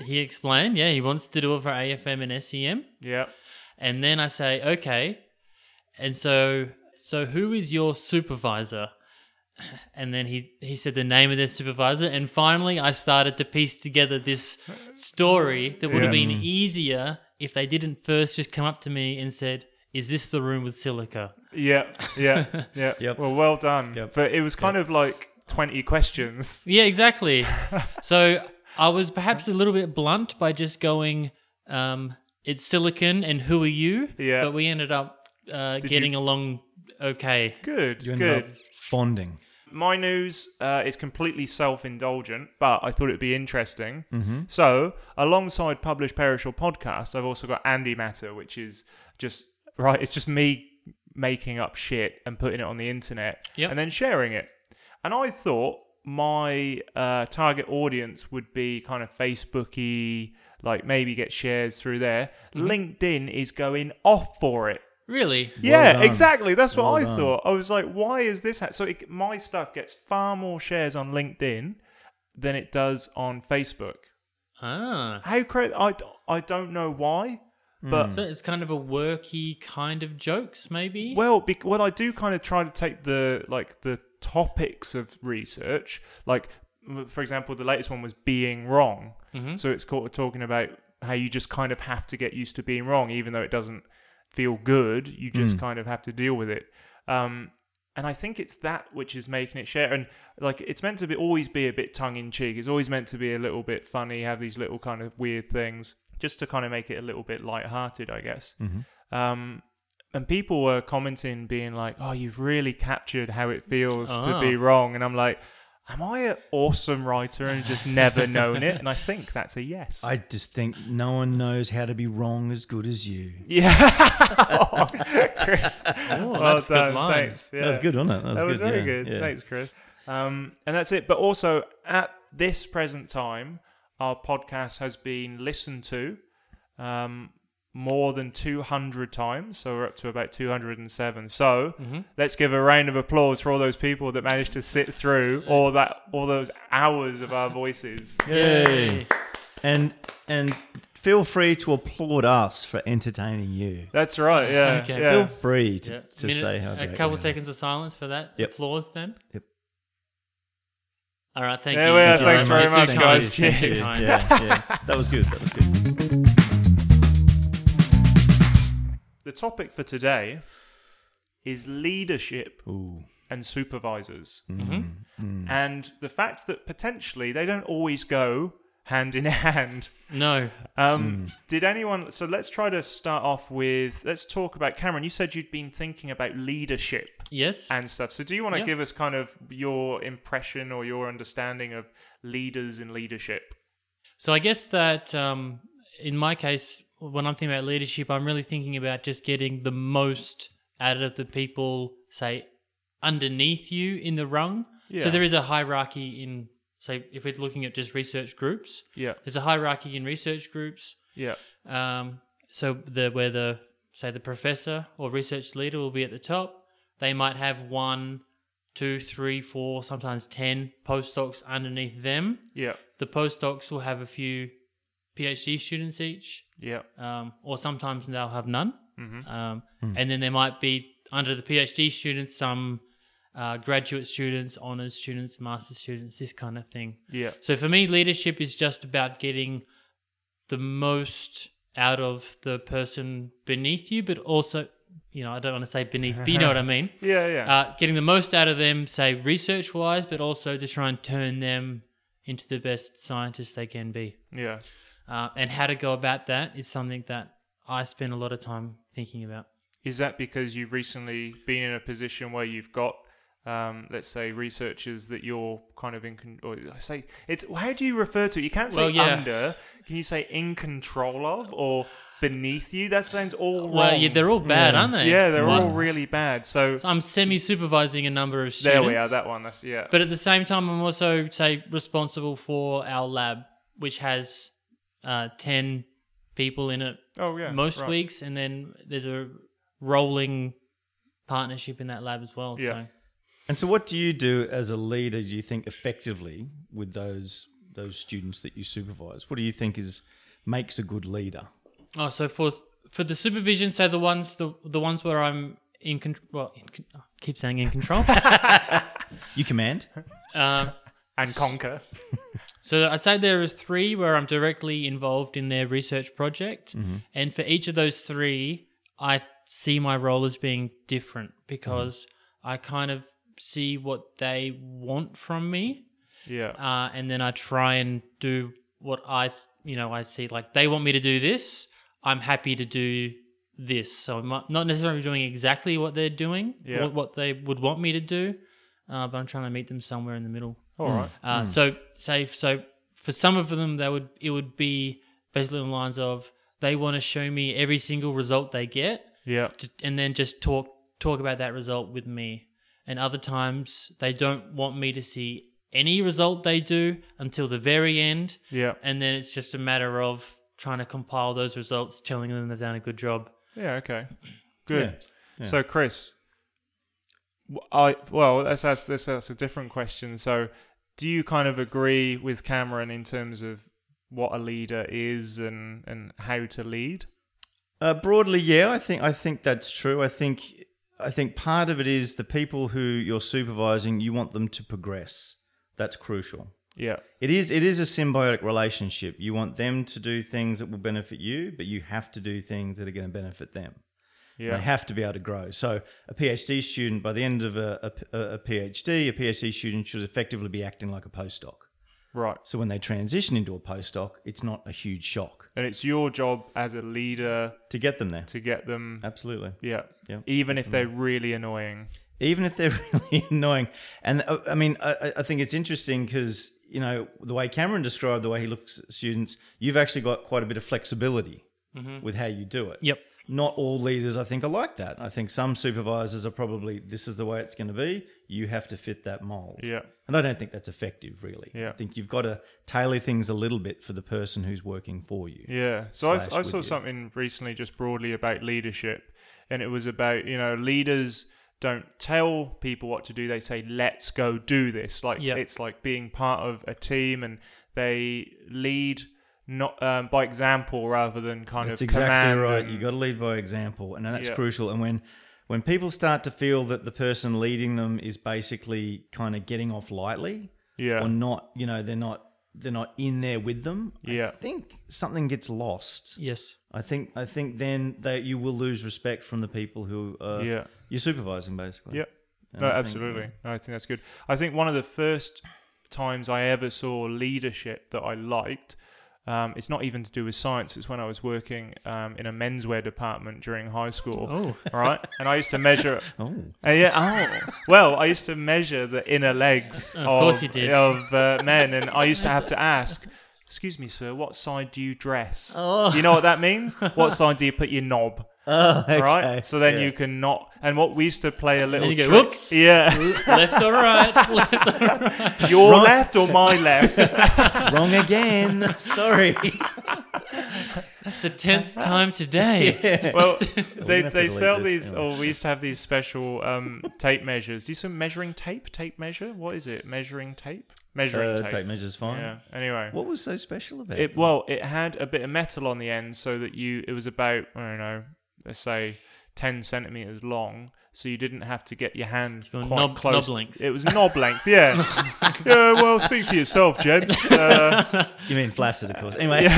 Speaker 4: he explained, yeah, he wants to do it for AFM and SEM.
Speaker 1: Yeah.
Speaker 4: And then I say, okay. And so, so who is your supervisor? *laughs* And then he, he said the name of their supervisor. And finally, I started to piece together this story that would have
Speaker 1: Yeah.
Speaker 4: been easier if they didn't first just come up to me and said, is this the room with silica?
Speaker 1: Yeah. Yeah.
Speaker 2: *laughs*
Speaker 1: Yeah.
Speaker 2: Yep.
Speaker 1: Well, well done.
Speaker 2: Yep.
Speaker 1: But it was kind of like 20 questions. *laughs*
Speaker 4: Yeah, exactly. so I was perhaps a little bit blunt by just going, um, it's silicon and who are you?
Speaker 1: Yeah.
Speaker 4: But we ended up uh, getting along okay.
Speaker 1: Good.
Speaker 2: You ended
Speaker 1: good.
Speaker 2: up bonding.
Speaker 1: My news uh, is completely self indulgent, but I thought it'd be interesting. So, alongside Publish Perishable podcast, I've also got Andy Matter, which is just right. It's just me making up shit and putting it on the internet
Speaker 4: Yep.
Speaker 1: and then sharing it. And I thought my uh, target audience would be kind of Facebooky, like maybe get shares through there. LinkedIn is going off for it.
Speaker 4: Really?
Speaker 1: yeah,
Speaker 2: done.
Speaker 1: exactly. That's what
Speaker 2: Well
Speaker 1: I
Speaker 2: done.
Speaker 1: thought. I was like, why is this? Ha-? So it, my stuff gets far more shares on LinkedIn than it does on Facebook.
Speaker 4: Ah.
Speaker 1: How crazy! I, d- I don't know why, but
Speaker 4: So it's kind of a worky kind of jokes, maybe?
Speaker 1: well, bec well, I do kind of try to take the like the topics of research. Like, m- for example, the latest one was being wrong. So it's called talking about how you just kind of have to get used to being wrong, even though it doesn't feel good. You just kind of have to deal with it. Um, and I think it's that which is making it share. And like, it's meant to be always be a bit tongue in cheek. It's always meant to be a little bit funny, have these little kind of weird things, just to kind of make it a little bit lighthearted, I guess. Um, and people were commenting, being like, "Oh, you've really captured how it feels to
Speaker 4: Ah.
Speaker 1: be wrong." And I'm like, "Am I an awesome writer and just
Speaker 4: *laughs*
Speaker 1: never known it?" And I think that's a yes. *laughs*
Speaker 2: I just think no one knows how to be wrong as good as you.
Speaker 1: *laughs* yeah, Oh, Chris. well
Speaker 4: that's a good
Speaker 1: done.
Speaker 4: line.
Speaker 1: Thanks.
Speaker 2: That was
Speaker 1: Yeah.
Speaker 2: good, wasn't it?
Speaker 1: That was
Speaker 2: good,
Speaker 1: very
Speaker 2: yeah,
Speaker 1: good.
Speaker 2: yeah.
Speaker 1: Thanks, Chris. Um, and that's it. But also, at this present time, our podcast has been listened to um, more than 200 times. So we're up to about 207. So
Speaker 2: Mm-hmm.
Speaker 1: let's give a round of applause for all those people that managed to sit through all that, all those hours of our voices.
Speaker 2: Yay. And and feel free to applaud us for entertaining you.
Speaker 1: That's right.
Speaker 2: *laughs*
Speaker 1: Yeah.
Speaker 4: Okay.
Speaker 1: yeah.
Speaker 2: Feel free to,
Speaker 4: Yeah.
Speaker 2: to
Speaker 4: Minute-
Speaker 2: say how
Speaker 4: a
Speaker 2: great we
Speaker 4: couple
Speaker 2: are.
Speaker 4: seconds of silence for that
Speaker 2: Yep.
Speaker 4: applause then.
Speaker 2: Yep.
Speaker 4: All right, thank
Speaker 1: There
Speaker 4: you.
Speaker 1: we are.
Speaker 4: Thank you
Speaker 1: Thanks very
Speaker 4: You're
Speaker 1: much,
Speaker 4: too
Speaker 1: guys.
Speaker 4: kind. You're too
Speaker 1: Cheers.
Speaker 4: kind.
Speaker 2: Yeah, yeah. That was good. That was good.
Speaker 1: The topic for today is leadership
Speaker 2: Ooh.
Speaker 1: and supervisors. And the fact that potentially they don't always go hand in *laughs* hand.
Speaker 4: No,
Speaker 1: Um, Did anyone? So let's try to start off with let's talk about Cameron. You said you'd been thinking about leadership
Speaker 4: yes.
Speaker 1: and stuff. So do you want to
Speaker 4: Yeah.
Speaker 1: give us kind of your impression or your understanding of leaders and leadership?
Speaker 4: So I guess that um, in my case, when I'm thinking about leadership, I'm really thinking about just getting the most out of the people, say, underneath you in the rung.
Speaker 1: Yeah.
Speaker 4: So there is a hierarchy in, say, if we're looking at just research groups,
Speaker 1: Yeah.
Speaker 4: there's a hierarchy in research groups.
Speaker 1: Yeah.
Speaker 4: Um, so the where the say the professor or research leader will be at the top, they might have one, two, three, four, sometimes ten postdocs underneath them.
Speaker 1: Yeah.
Speaker 4: The postdocs will have a few PhD students each,
Speaker 1: Yeah.
Speaker 4: um, or sometimes they'll have none. Um, And then there might be under the PhD students some uh, graduate students, honors students, master students, this kind of thing.
Speaker 1: Yeah.
Speaker 4: So for me, leadership is just about getting the most out of the person beneath you, but also, you know, I don't want to say beneath, but you know what I mean.
Speaker 1: Yeah. Yeah.
Speaker 4: Uh, getting the most out of them, say research wise, but also to try and turn them into the best scientists they can be.
Speaker 1: yeah.
Speaker 4: Uh, and how to go about that is something that I spend a lot of time thinking about.
Speaker 1: Is that because you've recently been in a position where you've got, um, let's say, researchers that you're kind of in con- or I say it's how do you refer to it? You can't say
Speaker 4: Well, yeah.
Speaker 1: under. Can you say in control of or beneath you? That sounds all wrong.
Speaker 4: Well, yeah, they're all bad, aren't they?
Speaker 1: yeah, they're
Speaker 4: Like,
Speaker 1: all really bad. So
Speaker 4: I'm semi supervising a number of students.
Speaker 1: there we are. That one. That's yeah.
Speaker 4: But at the same time, I'm also say responsible for our lab, which has uh, ten people in it
Speaker 1: oh yeah.
Speaker 4: most
Speaker 1: right.
Speaker 4: weeks, and then there's a rolling partnership in that lab as well.
Speaker 1: Yeah.
Speaker 4: So.
Speaker 2: And so, what do you do as a leader? Do you think effectively with those those students that you supervise? What do you think is makes a good leader?
Speaker 4: Oh, so for for the supervision, so the ones the the ones where I'm in control. Well, in, con- I keep saying in control.
Speaker 2: You command.
Speaker 4: um,
Speaker 1: And conquer.
Speaker 4: So I'd say there is three where I'm directly involved in their research project, and for each of those three, I see my role as being different because I kind of see what they want from me,
Speaker 1: Yeah.
Speaker 4: uh, and then I try and do what I, you know, I see like they want me to do this. I'm happy to do this, so I'm not not necessarily doing exactly what they're doing,
Speaker 1: Yeah.
Speaker 4: what, what they would want me to do, uh, but I'm trying to meet them somewhere in the middle.
Speaker 1: All right.
Speaker 4: Uh, So say so for some of them, they would it would be basically on the lines of they want to show me every single result they get,
Speaker 1: Yeah.
Speaker 4: to, and then just talk talk about that result with me. And other times they don't want me to see any result they do until the very end,
Speaker 1: Yeah.
Speaker 4: and then it's just a matter of trying to compile those results, telling them they've done a good job.
Speaker 1: Yeah.
Speaker 2: *clears throat*
Speaker 1: Okay. Good.
Speaker 2: Yeah, yeah.
Speaker 1: So, Chris, w- I well, that's that's that's, that's a different question. So, do you kind of agree with Cameron in terms of what a leader is and and how to lead?
Speaker 2: Uh, broadly, yeah, I think I think that's true. I think I think part of it is the people who you're supervising. You want them to progress. That's crucial.
Speaker 1: Yeah.
Speaker 2: It is it is a symbiotic relationship. You want them to do things that will benefit you, but you have to do things that are going to benefit them.
Speaker 1: Yeah.
Speaker 2: They have to be able to grow. So a PhD student by the end of a, a, a PhD, a PhD student should effectively be acting like a postdoc.
Speaker 1: right.
Speaker 2: So when they transition into a postdoc, it's not a huge shock
Speaker 1: And it's your job as a leader
Speaker 2: to get them there.
Speaker 1: to get them.
Speaker 2: Absolutely.
Speaker 1: Yeah.
Speaker 2: Yeah.
Speaker 1: Even if they're really annoying.
Speaker 2: even if they're *laughs* really annoying. And uh, I mean, I, I- I think it's interesting because you know the way Cameron described the way he looks at students, you've actually got quite a bit of flexibility
Speaker 1: Mm-hmm.
Speaker 2: with how you do it.
Speaker 4: Yep.
Speaker 2: Not all leaders, I think, are like that. I think some supervisors are probably this is the way it's going to be. You have to fit that mold.
Speaker 1: Yeah.
Speaker 2: And I don't think that's effective, really.
Speaker 1: Yeah.
Speaker 2: I think you've got to tailor things a little bit for the person who's working for you.
Speaker 1: Yeah. So I,
Speaker 2: slash
Speaker 1: I
Speaker 2: with
Speaker 1: saw
Speaker 2: you.
Speaker 1: something recently just broadly about leadership, and it was about, you know, leaders don't tell people what to do. They say, let's go do this. Like,
Speaker 4: Yeah.
Speaker 1: it's like being part of a team and they lead not um, by example rather than kind
Speaker 2: That's
Speaker 1: of
Speaker 2: exactly
Speaker 1: command
Speaker 2: right.
Speaker 1: and-
Speaker 2: You got to lead by example, and that's
Speaker 1: Yeah.
Speaker 2: crucial. And when when people start to feel that the person leading them is basically kind of getting off lightly,
Speaker 1: Yeah.
Speaker 2: or not, you know, they're not they're not in there with them.
Speaker 1: Yeah.
Speaker 2: I think something gets lost.
Speaker 4: Yes.
Speaker 2: I think I think then that you will lose respect from the people who uh,
Speaker 1: Yeah.
Speaker 2: you're supervising, basically.
Speaker 1: Yeah.
Speaker 2: And
Speaker 1: No,
Speaker 2: I think-
Speaker 1: absolutely. No, I think that's good. I think one of the first times I ever saw leadership that I liked, um, it's not even to do with science, it's when I was working um, in a menswear department during high school.
Speaker 4: Oh.
Speaker 1: All right. And I used to measure.
Speaker 2: Oh,
Speaker 1: Uh, yeah. Oh. Well, I used to measure the inner legs of,
Speaker 4: Of course you did.
Speaker 1: of uh, men, and I used to have to ask, "Excuse me, sir, what side do you dress?"
Speaker 4: Oh.
Speaker 1: You know what that means? What side do you put your knob?
Speaker 2: oh *laughs* okay.
Speaker 1: Right. So then
Speaker 2: Yeah.
Speaker 1: you can not. And what we used to play a little.
Speaker 4: you go,
Speaker 1: trick-
Speaker 4: "Whoops." *laughs*
Speaker 1: Yeah.
Speaker 4: left or right? *laughs* Left or
Speaker 1: *laughs* Your
Speaker 2: Right.
Speaker 1: left or my
Speaker 4: *laughs*
Speaker 1: left?
Speaker 2: wrong
Speaker 1: *laughs*
Speaker 2: again. *laughs* Sorry.
Speaker 4: That's the tenth time today. *laughs*
Speaker 1: well,
Speaker 2: we
Speaker 1: they,
Speaker 2: have to
Speaker 1: they
Speaker 2: delete
Speaker 1: sell
Speaker 2: this,
Speaker 1: these,
Speaker 2: yeah.
Speaker 1: or we used to have these special um, tape measures. These some measuring tape, tape measure. What is it? Measuring tape. Measuring
Speaker 2: uh,
Speaker 1: tape.
Speaker 2: tape measures fine.
Speaker 1: Yeah. Anyway.
Speaker 2: What was so special about
Speaker 1: It well, it had a bit of metal on the end, so that you it was about I don't know, let's say ten centimeters long, so you didn't have to get your hand
Speaker 4: Go
Speaker 1: quite
Speaker 4: knob-
Speaker 1: close.
Speaker 4: knob length.
Speaker 1: It was knob length,
Speaker 4: *laughs*
Speaker 1: yeah. yeah. Well, speak for yourself, gents. Uh,
Speaker 2: You mean flaccid, of
Speaker 1: *laughs*
Speaker 2: course. Anyway,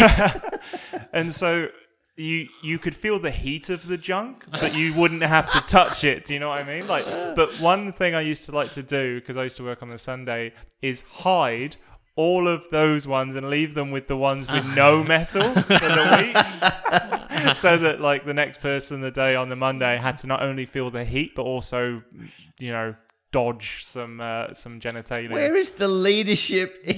Speaker 1: and so you you could feel the heat of the junk, but you wouldn't have to touch it. Do you know what I mean? Like, but one thing I used to like to do because I used to work on the Sunday is hide. All of those ones and leave them with the ones with no metal for the week, so that like the next person the day on the Monday had to not only feel the heat but also, you know, dodge some uh, some genitalia.
Speaker 2: where is the leadership? *laughs*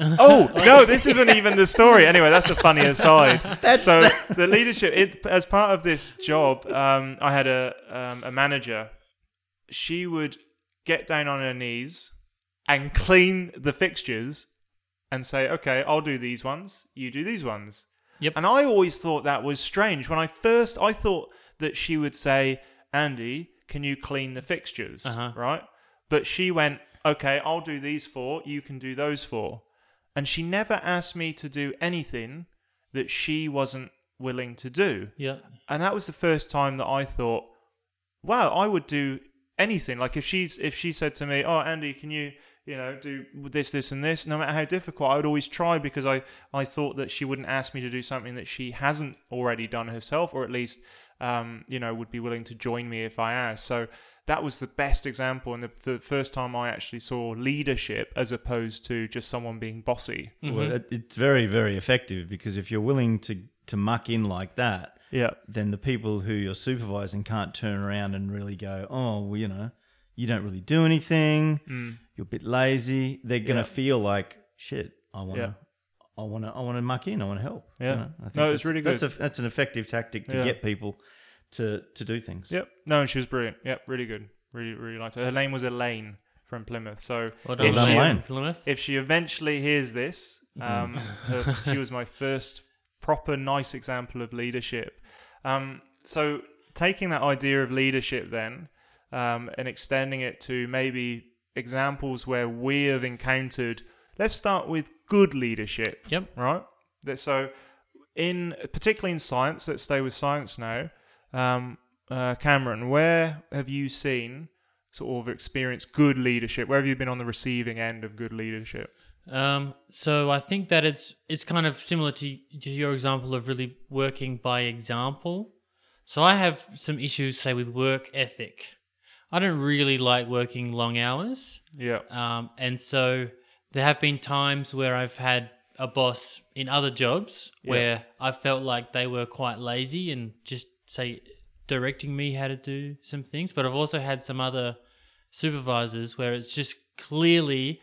Speaker 1: Oh no, this isn't even the story. Anyway, that's a funny aside.
Speaker 2: That's
Speaker 1: so
Speaker 2: the-
Speaker 1: *laughs* the leadership. It, as part of this job, um, I had a um, a manager. She would get down on her knees and clean the fixtures, and say, "Okay, I'll do these ones. You do these ones."
Speaker 4: Yep.
Speaker 1: And I always thought that was strange. When I first, I thought that she would say, "Andy, can you clean the fixtures?"
Speaker 4: Uh-huh.
Speaker 1: Right? But she went, "Okay, I'll do these four. You can do those four. And she never asked me to do anything that she wasn't willing to do.
Speaker 4: yeah.
Speaker 1: And that was the first time that I thought, wow, I would do anything. Like if she's if she said to me, "Oh, Andy, can you, you know, do this this and this?" no matter how difficult, I would always try because I I thought that she wouldn't ask me to do something that she hasn't already done herself or at least um, you know, would be willing to join me if I asked. So that was the best example and the, the first time I actually saw leadership as opposed to just someone being bossy.
Speaker 2: Well, it- it's very, very effective because if you're willing to to muck in like that,
Speaker 1: Yeah.
Speaker 2: then the people who you're supervising can't turn around and really go, "Oh, well, you know, you don't really do anything. You're a bit lazy." They're gonna
Speaker 1: Mm. Yeah.
Speaker 2: feel like, "Shit, I wanna."
Speaker 1: Yeah.
Speaker 2: I want to. I want to muck in. I want to help. you
Speaker 1: Yeah.
Speaker 2: know? I think
Speaker 1: No, it's
Speaker 2: that's-
Speaker 1: really
Speaker 2: That's, a, that's an effective tactic to
Speaker 1: Yeah.
Speaker 2: get people to to do things.
Speaker 1: Yep. No, and she was brilliant. Yep, really good. Really, really liked her. Her name was Elaine from Plymouth. So
Speaker 4: Well
Speaker 2: done,
Speaker 1: if,
Speaker 2: Elaine. Mm-hmm.
Speaker 1: she,
Speaker 4: Plymouth.
Speaker 1: if she eventually hears this, um, her- she was my first proper nice example of leadership. Um, so taking that idea of leadership then um, and extending it to maybe examples where we have encountered. Let's start with good leadership
Speaker 4: Yep.
Speaker 1: right? That so in particularly in science, let's stay with science now. Um, uh, Cameron, where have you seen sort of experienced good leadership? Where have you been on the receiving end of good leadership?
Speaker 4: Um, so I think that it's it's kind of similar to, to your example of really working by example. So I have some issues, say, with work ethic. I don't really like working long hours,
Speaker 1: Yeah,
Speaker 4: um, and so there have been times where I've had a boss in other jobs where I felt like they were quite lazy and just say directing me how to do some things. But I've also had some other supervisors where it's just clearly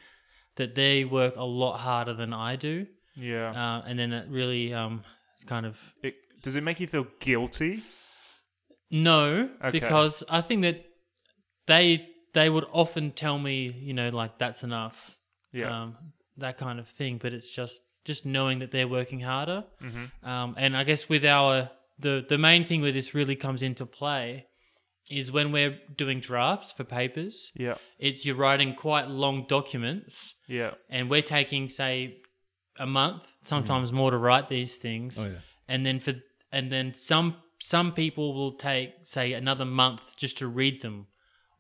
Speaker 4: that they work a lot harder than I do,
Speaker 1: yeah.
Speaker 4: uh, and then that really um, kind of
Speaker 1: it, does it make you feel guilty?
Speaker 4: no,
Speaker 1: Okay.
Speaker 4: because I think that they they would often tell me, you know, like that's enough,
Speaker 1: Yeah,
Speaker 4: um, that kind of thing. But it's just just knowing that they're working harder,
Speaker 2: Mm-hmm.
Speaker 4: um, and I guess with our the the main thing where this really comes into play is when we're doing drafts for papers.
Speaker 1: yeah,
Speaker 4: It's you're writing quite long documents,
Speaker 1: yeah,
Speaker 4: and we're taking say a month, sometimes more to write these things.
Speaker 2: Mm-hmm. Oh, yeah.
Speaker 4: And then for and then some some people will take say another month just to read them,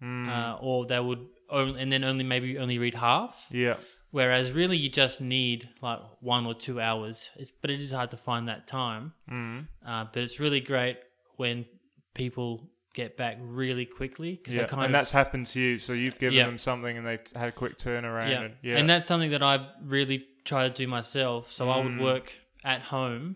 Speaker 2: Mm.
Speaker 4: uh, or they would only, and then only maybe only read half.
Speaker 1: Yeah.
Speaker 4: Whereas really you just need like one or two hours. It's, but it is hard to find that time. Mm. Uh, but it's really great when people get back really quickly because
Speaker 1: Yeah.
Speaker 4: they kind
Speaker 1: And
Speaker 4: of
Speaker 1: that's happened to you. So you've given
Speaker 4: Yeah.
Speaker 1: them something and they've had a quick turnaround.
Speaker 4: yeah.
Speaker 1: And, yeah.
Speaker 4: And that's something that I've really tried to do myself. So I would work at home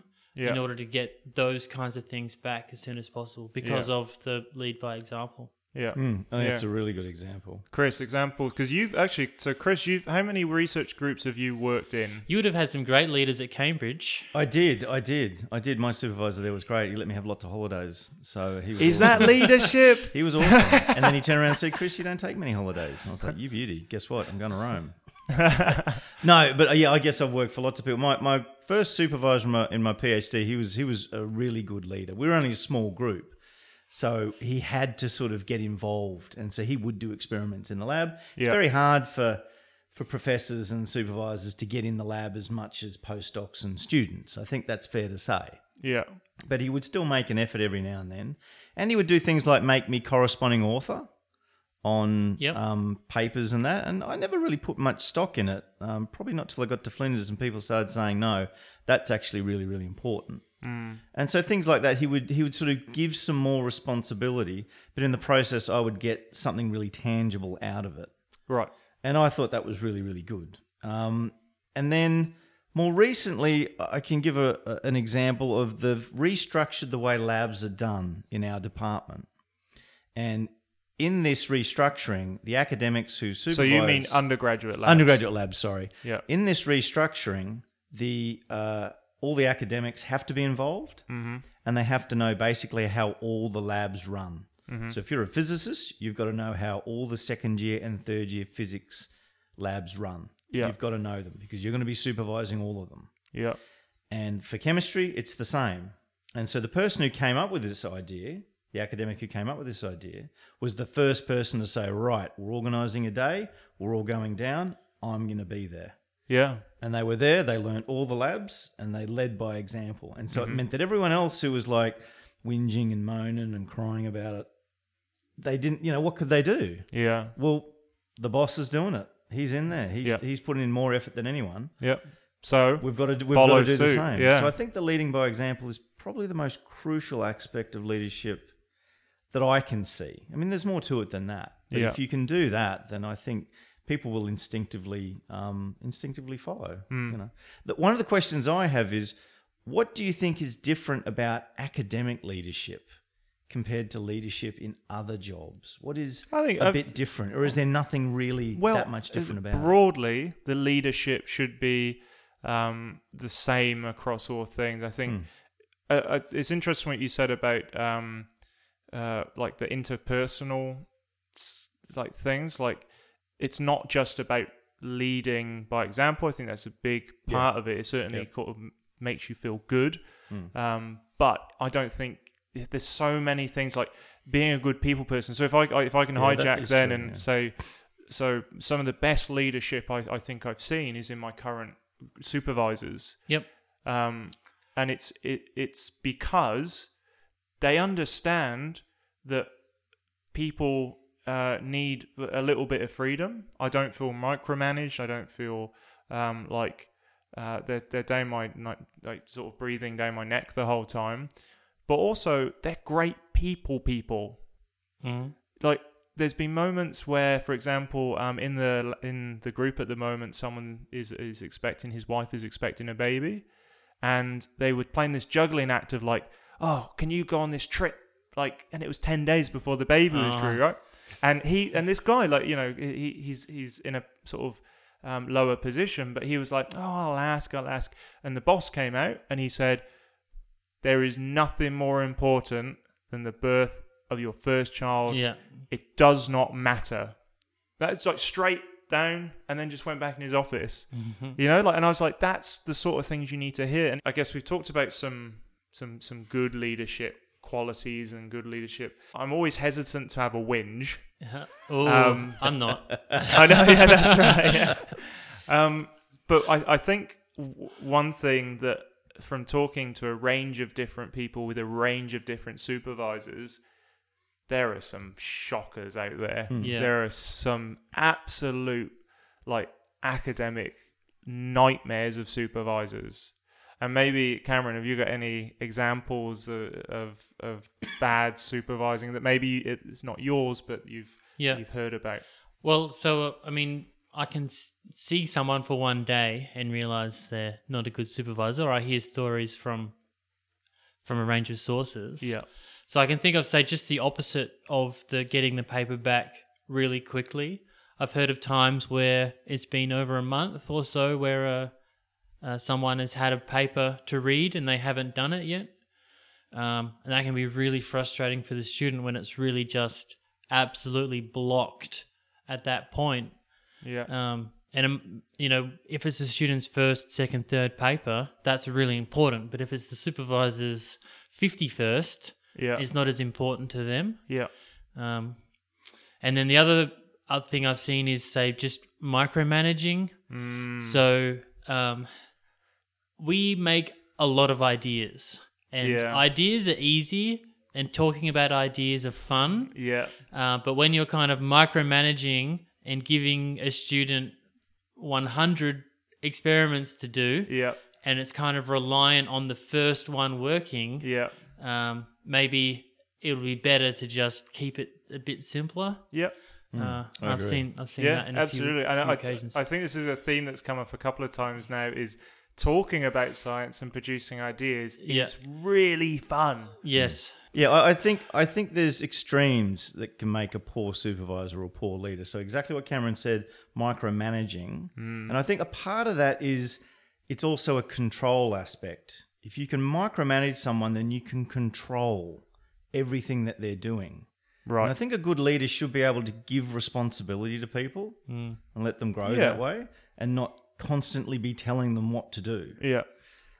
Speaker 1: Mm. Yeah.
Speaker 4: in order to get those kinds of things back as soon as possible because of the lead by example.
Speaker 1: yeah.
Speaker 2: I think
Speaker 1: Yeah.
Speaker 2: that's a really good example.
Speaker 1: Chris, examples because you've actually so Chris, you've how many research groups have you worked in?
Speaker 4: You would have had some great leaders at Cambridge.
Speaker 2: I did, I did, I did. My supervisor there was great. He let me have lots of holidays, so he was.
Speaker 1: Is *laughs*
Speaker 2: awesome.
Speaker 1: that leadership?
Speaker 2: He was awesome. and then he turned around and said, Chris, you don't take many holidays. And I was like, you beauty. Guess what? I'm going to Rome. no, but uh, yeah, I guess I've worked for lots of people. My, my first supervisor in my, in my PhD, he was, he was a really good leader. We were only a small group. So he had to sort of get involved. And so he would do experiments in the lab. It's
Speaker 1: Yeah.
Speaker 2: very hard for, for professors and supervisors to get in the lab as much as postdocs and students. I think that's fair to say
Speaker 1: yeah.
Speaker 2: but he would still make an effort every now and then. And he would do things like make me corresponding author on
Speaker 4: Yep.
Speaker 2: um, papers and that. And I never really put much stock in it, um, probably not till I got to Flinders and people started saying, no, that's actually really, really important. And so things like that, he would he would sort of give some more responsibility, but in the process, I would get something really tangible out of it
Speaker 1: Right.
Speaker 2: and I thought that was really really good. Um, and then more recently, I can give a, a- an example of the restructured the way labs are done in our department, and in this restructuring, the academics who supervise
Speaker 1: So you mean undergraduate labs?
Speaker 2: undergraduate labs, sorry,
Speaker 1: Yeah.
Speaker 2: in this restructuring, the uh, all the academics have to be involved,
Speaker 1: Mm-hmm.
Speaker 2: and they have to know basically how all the labs run.
Speaker 1: Mm-hmm.
Speaker 2: So if you're a physicist, you've got to know how all the second year and third year physics labs run.
Speaker 1: Yeah.
Speaker 2: You've got to know them because you're going to be supervising all of them.
Speaker 1: Yeah.
Speaker 2: And for chemistry, it's the same. And so the person who came up with this idea, the academic who came up with this idea, was the first person to say, right, we're organizing a day, we're all going down, I'm going to be there.
Speaker 1: Yeah.
Speaker 2: And they were there, they learnt all the labs, and they led by example. And so it meant that everyone else who was like whinging and moaning and crying about it, they didn't, you know, what could they do?
Speaker 1: Yeah.
Speaker 2: Well, the boss is doing it. He's in there. He's,
Speaker 1: Yeah.
Speaker 2: he's putting in more effort than anyone.
Speaker 1: Yeah. So
Speaker 2: We've got to do- we've
Speaker 1: Follow
Speaker 2: got to do the
Speaker 1: suit,
Speaker 2: same.
Speaker 1: yeah.
Speaker 2: So I think the leading by example is probably the most crucial aspect of leadership that I can see. I mean, there's more to it than that. But
Speaker 1: Yeah.
Speaker 2: if you can do that, then I think people will instinctively um, instinctively follow.
Speaker 1: Hmm.
Speaker 2: You know, that one of the questions I have is, what do you think is different about academic leadership? Compared to leadership in other jobs, what is
Speaker 1: I think,
Speaker 2: a
Speaker 1: uh,
Speaker 2: bit different, or is there nothing really that much different about? it?
Speaker 1: broadly the leadership should be um, the same across all things i think
Speaker 2: Hmm.
Speaker 1: uh, uh, it's interesting what you said about um, uh, like the interpersonal s- like things like it's not just about leading by example i think that's a big part of it it certainly sort of makes you feel good
Speaker 2: Mm.
Speaker 1: um, but i don't think there's so many things like being a good people person so if i if i can
Speaker 2: Yeah, that
Speaker 1: hijack
Speaker 2: is
Speaker 1: then
Speaker 2: true,
Speaker 1: and
Speaker 2: yeah.
Speaker 1: so, so some of the best leadership I, I think I've seen is in my current supervisors,
Speaker 4: Yep.
Speaker 1: um, and it's it, it's because they understand that people uh, need a little bit of freedom. I don't feel micromanaged. I don't feel um, like uh, they're they're down my like, like sort of breathing down my neck the whole time. But also, they're great people. People
Speaker 4: Mm.
Speaker 1: like there's been moments where for example um in the in the group at the moment someone is is expecting his wife is expecting a baby and they were playing this juggling act of like oh can you go on this trip like and it was 10 days before the baby was
Speaker 4: Ah.
Speaker 1: due right and he and this guy like you know he he's he's in a sort of um, lower position but he was like oh I'll ask I'll ask and the boss came out and he said there is nothing more important than the birth of your first child
Speaker 4: Yeah. *laughs*
Speaker 1: it does not matter. That's like straight down and then just went back in his office. You know, like and I was like, that's the sort of things you need to hear. And I guess we've talked about some some some good leadership qualities and good leadership. I'm always hesitant to have a whinge.
Speaker 4: Oh,
Speaker 1: Um, *laughs*
Speaker 4: I'm not.
Speaker 1: I know, yeah, that's right. yeah. Um, but I, I think w- one thing that from talking to a range of different people with a range of different supervisors, there are some shockers out there.
Speaker 4: Yeah.
Speaker 1: There are some absolute like academic nightmares of supervisors. And maybe Cameron, have you got any examples of of, of bad supervising that maybe it's not yours, but you've
Speaker 4: Yeah.
Speaker 1: you've heard about?
Speaker 4: Well, so uh, I mean, I can s- see someone for one day and realize they're not a good supervisor. I hear stories from from a range of sources. So I can think of say just the opposite of the getting the paper back really quickly. I've heard of times where it's been over a month or so where uh, uh, someone has had a paper to read and they haven't done it yet. Um, and that can be really frustrating for the student when it's really just absolutely blocked at that point.
Speaker 1: yeah.
Speaker 4: Um, and um, you know, if it's the student's first, second, third paper, that's really important. But if it's the supervisor's fifty-first,
Speaker 1: Yeah.
Speaker 4: is not as important to them.
Speaker 1: yeah.
Speaker 4: Um, and then the other other thing I've seen is say just micromanaging.
Speaker 1: Hmm.
Speaker 4: So um, we make a lot of ideas, and
Speaker 1: Yeah.
Speaker 4: ideas are easy, and talking about ideas are fun.
Speaker 1: Yeah.
Speaker 4: Uh, but when you're kind of micromanaging and giving a student 100 experiments to do,
Speaker 1: Yeah.
Speaker 4: and it's kind of reliant on the first one working,
Speaker 1: Yeah.
Speaker 4: um, maybe it'll be better to just keep it a bit simpler.
Speaker 1: Yeah.
Speaker 4: uh, I've
Speaker 2: agree.
Speaker 4: seen I've seen that in a
Speaker 1: absolutely.
Speaker 4: few,
Speaker 1: and
Speaker 4: few
Speaker 1: I,
Speaker 4: occasions.
Speaker 1: I think this is a theme that's come up a couple of times now. Is talking about science and producing ideas
Speaker 4: Yeah.
Speaker 1: is really fun.
Speaker 4: yes,
Speaker 2: Yeah, I, I think I think there's extremes that can make a poor supervisor or poor leader. So exactly what Cameron said, micromanaging, and I think a part of that is it's also a control aspect. If you can micromanage someone, then you can control everything that they're doing. And I think a good leader should be able to give responsibility to people and let them grow
Speaker 1: Yeah.
Speaker 2: that way, and not constantly be telling them what to do.
Speaker 1: Yeah.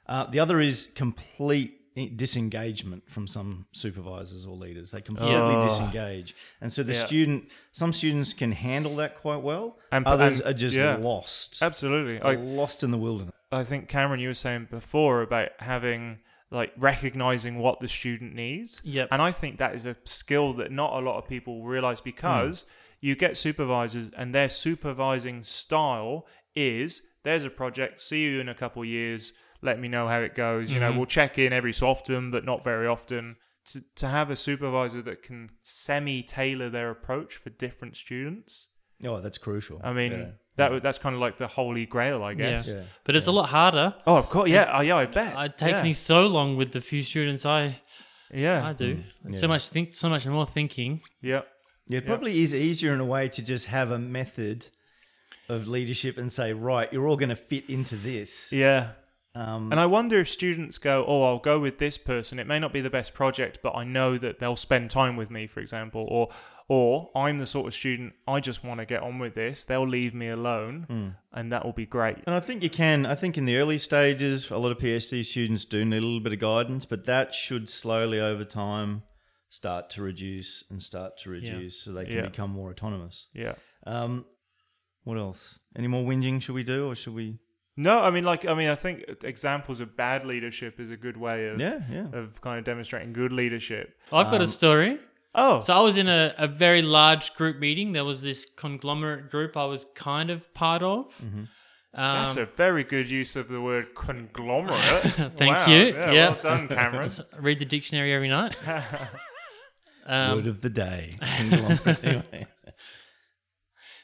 Speaker 2: Uh, the other is complete i- disengagement from some supervisors or leaders. They completely disengage, and so the
Speaker 1: Oh. Yeah.
Speaker 2: student, some students can handle that quite well,
Speaker 1: And-
Speaker 2: and others
Speaker 1: and-
Speaker 2: are just
Speaker 1: yeah.
Speaker 2: lost,
Speaker 1: Absolutely. I,
Speaker 2: lost in the wilderness.
Speaker 1: I think Cameron, you were saying before about having like recognizing what the student needs.
Speaker 4: Yep.
Speaker 1: And I think that is a skill that not a lot of people realize because you get supervisors and their supervising style is there's a project, see you in a couple of years, let me know how it goes. You know,
Speaker 4: Mm-hmm.
Speaker 1: we'll check in every so often, but not very often. To, to have a supervisor that can semi tailor their approach for different students.
Speaker 2: Oh, that's crucial.
Speaker 1: I mean,
Speaker 2: Yeah.
Speaker 1: that would- that's kind of like the holy grail, I
Speaker 4: yeah.
Speaker 1: guess.
Speaker 2: Yeah.
Speaker 4: but it's a lot harder.
Speaker 1: Oh, of course. Yeah. Oh, yeah. I bet.
Speaker 4: It takes
Speaker 1: yeah.
Speaker 4: me so long with the few students I
Speaker 1: Yeah.
Speaker 4: I do. So much think, so much more thinking.
Speaker 1: yeah.
Speaker 2: Yeah, it probably is easier in a way to just have a method of leadership and say, right, you're all going to fit into this.
Speaker 1: Yeah.
Speaker 2: Um,
Speaker 1: And I wonder if students go, oh, I'll go with this person. It may not be the best project, but I know that they'll spend time with me, for example, or or I'm the sort of student I just want to get on with this. They'll leave me alone,
Speaker 2: Hmm.
Speaker 1: and that will be great.
Speaker 2: And I think you can. I think in the early stages, a lot of PhD students do need a little bit of guidance, but that should slowly over time start to reduce and start to reduce so they can
Speaker 1: Yeah.
Speaker 2: become more autonomous.
Speaker 1: Yeah.
Speaker 2: Um, what else? Any more whinging should we do or should we?
Speaker 1: No, I mean, like, I mean, I think examples of bad leadership is a good way of
Speaker 2: Yeah, yeah.
Speaker 1: of kind of demonstrating good leadership.
Speaker 4: I've got a story.
Speaker 1: Oh,
Speaker 4: So I was in a, a very large group meeting. There was this conglomerate group I was kind of part of. Um,
Speaker 1: that's a very good use of the word conglomerate.
Speaker 4: *laughs*
Speaker 1: Thank
Speaker 4: you.
Speaker 1: Yeah,
Speaker 4: Yeah.
Speaker 1: Well done, Cameron.
Speaker 4: read the dictionary every night. um,
Speaker 2: Word of the day. *laughs*
Speaker 1: *laughs*
Speaker 2: anyway.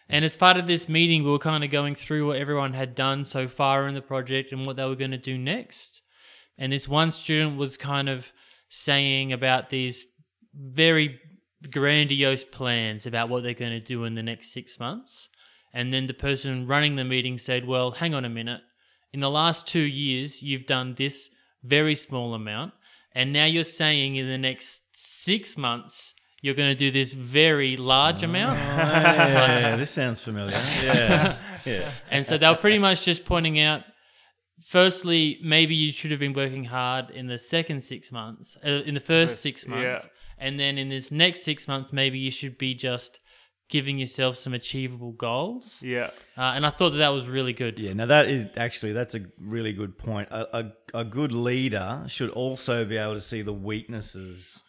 Speaker 4: And as part of this meeting, we were kind of going through what everyone had done so far in the project and what they were going to do next. And this one student was kind of saying about these very grandiose plans about what they're going to do in the next six months. And then the person running the meeting said, Well, hang on a minute. In the last two years, you've done this very small amount. And now you're saying in the next six months, you're going to do this very large
Speaker 2: Oh.
Speaker 4: amount.
Speaker 2: yeah, this sounds familiar. Yeah. Yeah.
Speaker 4: And so they were pretty much just pointing out firstly, maybe you should have been working hard in the second six months, uh, in the first
Speaker 1: First,
Speaker 4: six
Speaker 1: yeah.
Speaker 4: months. And then in this next six months, maybe you should be just giving yourself some achievable goals.
Speaker 1: Yeah.
Speaker 4: Uh, and I thought that that was really good.
Speaker 2: Yeah, now that is actually that's a really good point. A, a, a good leader should also be able to see the weaknesses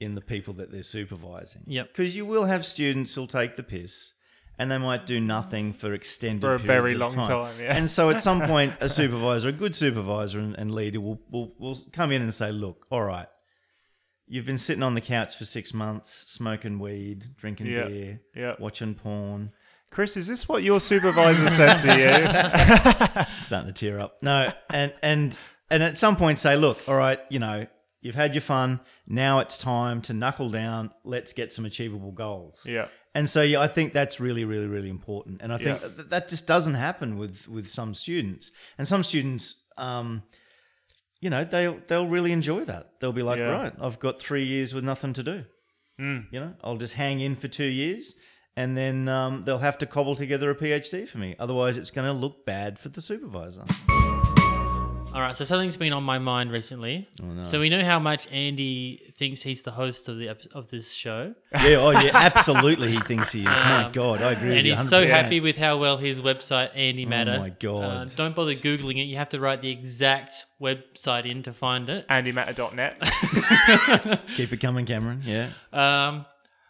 Speaker 2: in the people that they're supervising.
Speaker 4: Yep.
Speaker 2: Because you will have students who'll take the piss and they might do nothing for extended
Speaker 1: For a very
Speaker 2: periods of
Speaker 1: long time, yeah.
Speaker 2: And so
Speaker 1: *laughs*
Speaker 2: at some point a supervisor, a good supervisor and, and leader will, will will come in and say, Look, all right, you've been sitting on the couch for six months, smoking weed, drinking
Speaker 1: Yeah,
Speaker 2: beer,
Speaker 1: yeah.
Speaker 2: watching porn.
Speaker 1: Chris, is this what your supervisor said to
Speaker 2: starting to tear up. No, and and and at some point say, look, all right, you know, you've had your fun. Now it's time to knuckle down. Let's get some achievable goals.
Speaker 1: you? *laughs* yeah.
Speaker 2: And so yeah, I think that's really, really, really important. And I think
Speaker 1: Yeah.
Speaker 2: th- that just doesn't happen with with some students. And some students, um, you know, they they'll really enjoy that. They'll be like,
Speaker 1: Yeah.
Speaker 2: right, I've got three years with nothing to do.
Speaker 4: Hmm.
Speaker 2: You know, I'll just hang in for two years. And then um, they'll have to cobble together a PhD for me. Otherwise, it's going to look bad for the
Speaker 4: *laughs*
Speaker 2: supervisor.
Speaker 4: All right, so something's been on my mind recently. So we know how much Andy thinks he's the host of the epi- of this show,
Speaker 2: Yeah, oh yeah, absolutely. He thinks he is. My God, I agree.
Speaker 4: Um, and
Speaker 2: with you
Speaker 4: he's so
Speaker 2: 100%.
Speaker 4: happy with how well his website Andy Matter.
Speaker 2: my God.
Speaker 4: Uh, don't bother googling it. You have to write the exact website in to find it.
Speaker 1: AndyMatter.net.
Speaker 2: Keep it coming, Cameron. Yeah.
Speaker 4: Um,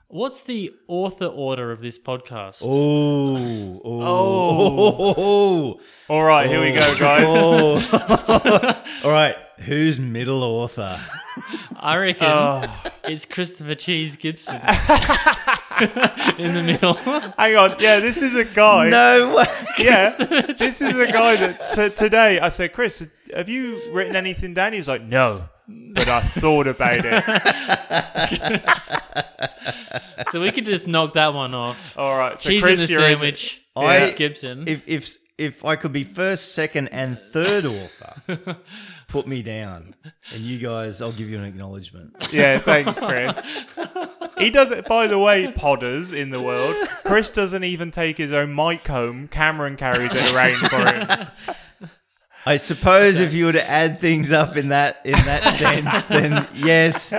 Speaker 4: what's the author order of this podcast?
Speaker 2: Oh, oh,
Speaker 1: Oh.
Speaker 2: *laughs* oh.
Speaker 1: All right, here we go, guys.
Speaker 2: *laughs* Oh. All right, who's middle author?
Speaker 4: I reckon
Speaker 1: Oh. *laughs*
Speaker 4: it's Christopher Cheese Gibson *laughs* in the middle. *laughs*
Speaker 1: Hang on. Yeah, this is a guy.
Speaker 2: *laughs* No way.
Speaker 4: *laughs*
Speaker 1: yeah, this is a guy that so today I said, Chris, have you written anything down? He was like, no, but I thought about
Speaker 4: *laughs*
Speaker 1: it.
Speaker 4: so we could just knock that one off.
Speaker 1: All right, so
Speaker 4: Cheese
Speaker 1: Chris,
Speaker 4: in the
Speaker 1: you're
Speaker 4: sandwich.
Speaker 2: I-
Speaker 4: Cheese Gibson.
Speaker 2: If if if I could be first, second, and third author,
Speaker 1: *laughs*
Speaker 2: put me down, and you guys, I'll give you an acknowledgement.
Speaker 1: In, yeah, thanks, Chris. He does it. By the way, podders in the world, Chris doesn't even take his own mic home. Cameron carries it around for
Speaker 4: *laughs*
Speaker 1: him.
Speaker 2: I suppose if you were to add things up in that in that
Speaker 1: *laughs*
Speaker 2: sense, then yes,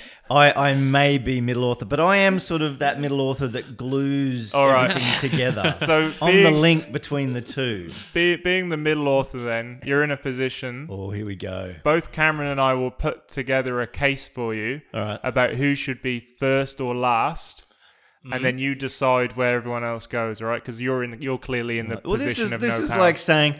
Speaker 2: *laughs* I I may be middle author, but I am sort of that middle author that glues
Speaker 1: All right.
Speaker 2: everything together.
Speaker 1: *laughs* So
Speaker 2: I'm the
Speaker 1: being-
Speaker 2: link between the two.
Speaker 1: Be, being the middle author, then you're in a position.
Speaker 2: Oh, here we go.
Speaker 1: Both Cameron and I will put together a case for you
Speaker 2: All right.
Speaker 1: about who should be first or last,
Speaker 4: Mm-hmm.
Speaker 1: and then you decide where everyone else goes. All right, because you're in, the, you're clearly in the
Speaker 2: Well, this
Speaker 1: position
Speaker 2: is
Speaker 1: of
Speaker 2: this
Speaker 1: no
Speaker 2: is
Speaker 1: power.
Speaker 2: like saying,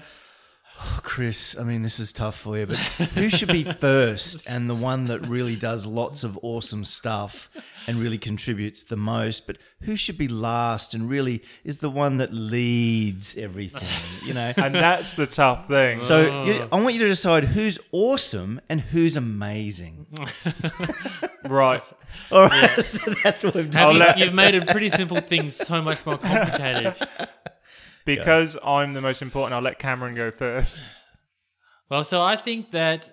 Speaker 2: oh, Chris. I mean, this is tough for you, but who
Speaker 1: *laughs*
Speaker 2: should be first and the one that really does lots of awesome stuff and really contributes the most? But who should be last and really is the one that leads everything?
Speaker 1: *laughs*
Speaker 2: You know.
Speaker 1: and that's the tough thing.
Speaker 2: *laughs* so you, I want you to decide who's awesome and who's
Speaker 1: *laughs*
Speaker 2: amazing. *laughs*
Speaker 1: right,
Speaker 2: All right, so that's what we've
Speaker 4: Have
Speaker 1: I'll
Speaker 4: you,
Speaker 2: done.
Speaker 1: let-
Speaker 4: have made a pretty simple thing so much more complicated.
Speaker 1: because I'm the most important, I'll let Cameron go first.
Speaker 4: Well, so I think that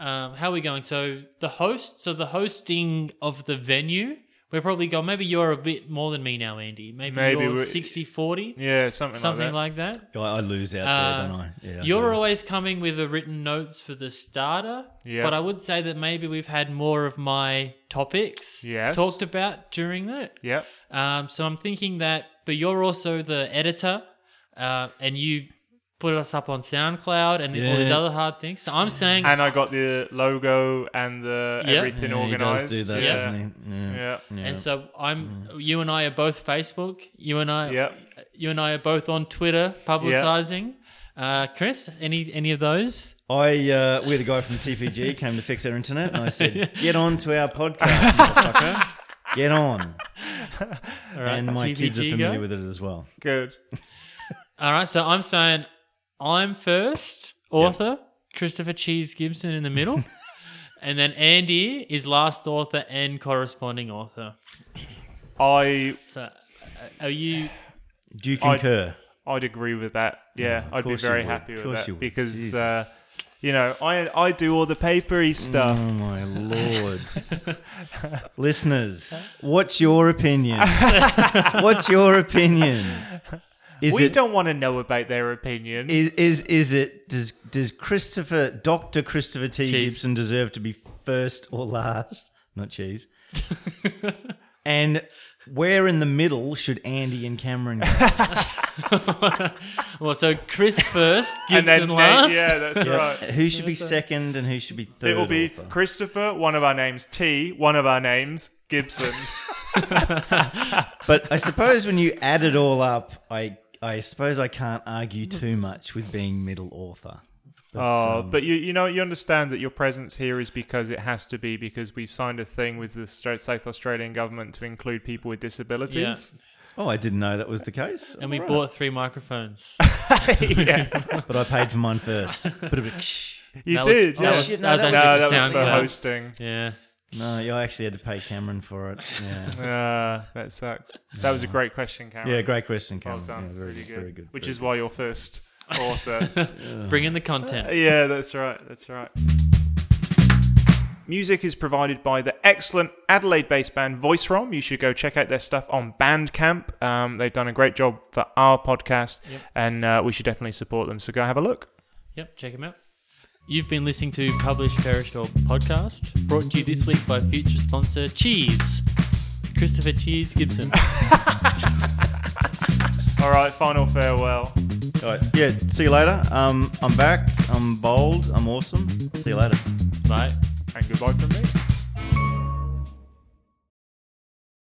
Speaker 4: um, how are we going? So the host, so the hosting of the venue, we're probably going. Maybe you're a bit more than me now, Andy. Maybe,
Speaker 1: Maybe
Speaker 4: you're
Speaker 1: we-
Speaker 4: 60 40,
Speaker 1: Yeah, something,
Speaker 4: something
Speaker 1: like
Speaker 4: like that.
Speaker 2: I I lose out
Speaker 4: Uh,
Speaker 2: there, don't I? Yeah, I
Speaker 4: you're
Speaker 2: do.
Speaker 4: always coming with the written notes for the starter,
Speaker 1: Yeah.
Speaker 4: but I would say that maybe we've had more of my topics
Speaker 1: Yes.
Speaker 4: talked about during that.
Speaker 1: that. Yep.
Speaker 4: Um, so I'm thinking that, but you're also the editor, uh, and you put us up on SoundCloud and all these
Speaker 2: Yeah.
Speaker 4: other hard things. So I'm saying,
Speaker 1: And I got the logo and the
Speaker 4: Yeah.
Speaker 1: everything
Speaker 2: yeah, he
Speaker 1: organized.
Speaker 2: does do that,
Speaker 1: yeah.
Speaker 2: doesn't he? Yeah. Mm.
Speaker 1: Yeah.
Speaker 4: and so I'm. You and I are both Facebook. You and I.
Speaker 1: Yep.
Speaker 4: You and I are both on Twitter publicizing. Uh, Chris, any any of those?
Speaker 2: I uh, we had a guy from TPG came to fix our internet, and I
Speaker 4: *laughs*
Speaker 2: said, "Get on to our podcast, motherfucker. Get on."
Speaker 4: All right,
Speaker 2: and my kids are
Speaker 4: TBG
Speaker 2: familiar
Speaker 4: go.
Speaker 2: with it as well.
Speaker 1: Good.
Speaker 4: All right, so I'm saying I'm first author, Christopher Cheese Gibson in the
Speaker 1: *laughs*
Speaker 4: middle, and then Andy is last author and corresponding author.
Speaker 1: I
Speaker 4: So, uh, are you?
Speaker 2: Do you concur?
Speaker 4: Uh.
Speaker 1: I'd agree with that. Yeah, I'd be
Speaker 2: course you
Speaker 1: very
Speaker 2: would.
Speaker 1: happy
Speaker 2: Of
Speaker 1: with
Speaker 2: course
Speaker 1: that
Speaker 2: you would.
Speaker 1: because
Speaker 2: Jesus.
Speaker 1: uh, you know I I do all the papery stuff.
Speaker 2: oh my
Speaker 4: *laughs*
Speaker 2: lord, listeners, what's your opinion? what's your opinion? Is
Speaker 1: we
Speaker 2: it
Speaker 1: don't want to know about their opinion.
Speaker 2: is, is is it does does Christopher Doctor Christopher T
Speaker 4: Cheese.
Speaker 2: Gibson deserve to be first or last? Not cheese. and Where in the middle should Andy and Cameron go?
Speaker 4: well, so
Speaker 1: *laughs*
Speaker 4: Chris first,
Speaker 1: and then
Speaker 4: Gibson
Speaker 1: Nate-
Speaker 4: last.
Speaker 1: yeah,
Speaker 2: *laughs*
Speaker 1: that's right.
Speaker 2: Who should be second and who should be third?
Speaker 1: It will be
Speaker 2: author?
Speaker 1: Christopher, one of our names, T, one of our names,
Speaker 2: *laughs*
Speaker 1: Gibson.
Speaker 2: But I suppose when you add it all up, I I suppose I can't argue too much with being middle author. But,
Speaker 1: Oh,
Speaker 2: um,
Speaker 1: but you you know you understand that your presence here is because it has to be because we've signed a thing with the Stra- South Australian government to include people with disabilities.
Speaker 2: oh, I didn't know that was the case.
Speaker 4: And we
Speaker 2: All right.
Speaker 4: bought three
Speaker 1: *laughs*
Speaker 4: microphones.
Speaker 2: *laughs*
Speaker 1: yeah.
Speaker 2: but I paid for mine first.
Speaker 1: you
Speaker 4: That was-
Speaker 1: did.
Speaker 4: that
Speaker 1: yeah.
Speaker 4: was-
Speaker 2: shit,
Speaker 4: that was
Speaker 1: no,
Speaker 2: no,
Speaker 4: actually
Speaker 1: that
Speaker 4: for
Speaker 1: was
Speaker 4: sound
Speaker 1: for
Speaker 4: clouds.
Speaker 1: hosting.
Speaker 4: Yeah.
Speaker 2: no, you actually had to pay Cameron for it. Yeah,
Speaker 1: Uh, that sucks. That was a great question, Cameron.
Speaker 2: yeah great question,
Speaker 1: well
Speaker 2: Cameron.
Speaker 1: done.
Speaker 2: Yeah, very
Speaker 1: really
Speaker 2: good, very good.
Speaker 1: Which
Speaker 2: very
Speaker 1: is why you're first author.
Speaker 4: Bring in the content.
Speaker 1: Yeah, that's right. That's right. Music is provided by the excellent Adelaide based band VoiceRom. You should go check out their stuff on Bandcamp. Um, they've done a great job for our podcast, and uh, we should definitely support them. So go have a look.
Speaker 4: Yep, check him out. You've been listening to Publish Perish or Podcast, brought to you this week by future sponsor Cheese. Christopher Cheese
Speaker 1: *laughs*
Speaker 4: Gibson.
Speaker 1: All right, final farewell.
Speaker 2: good. All right. Yeah. See you later. Um, I'm back. I'm bold. I'm awesome. See you later.
Speaker 4: Bye.
Speaker 1: And goodbye from me.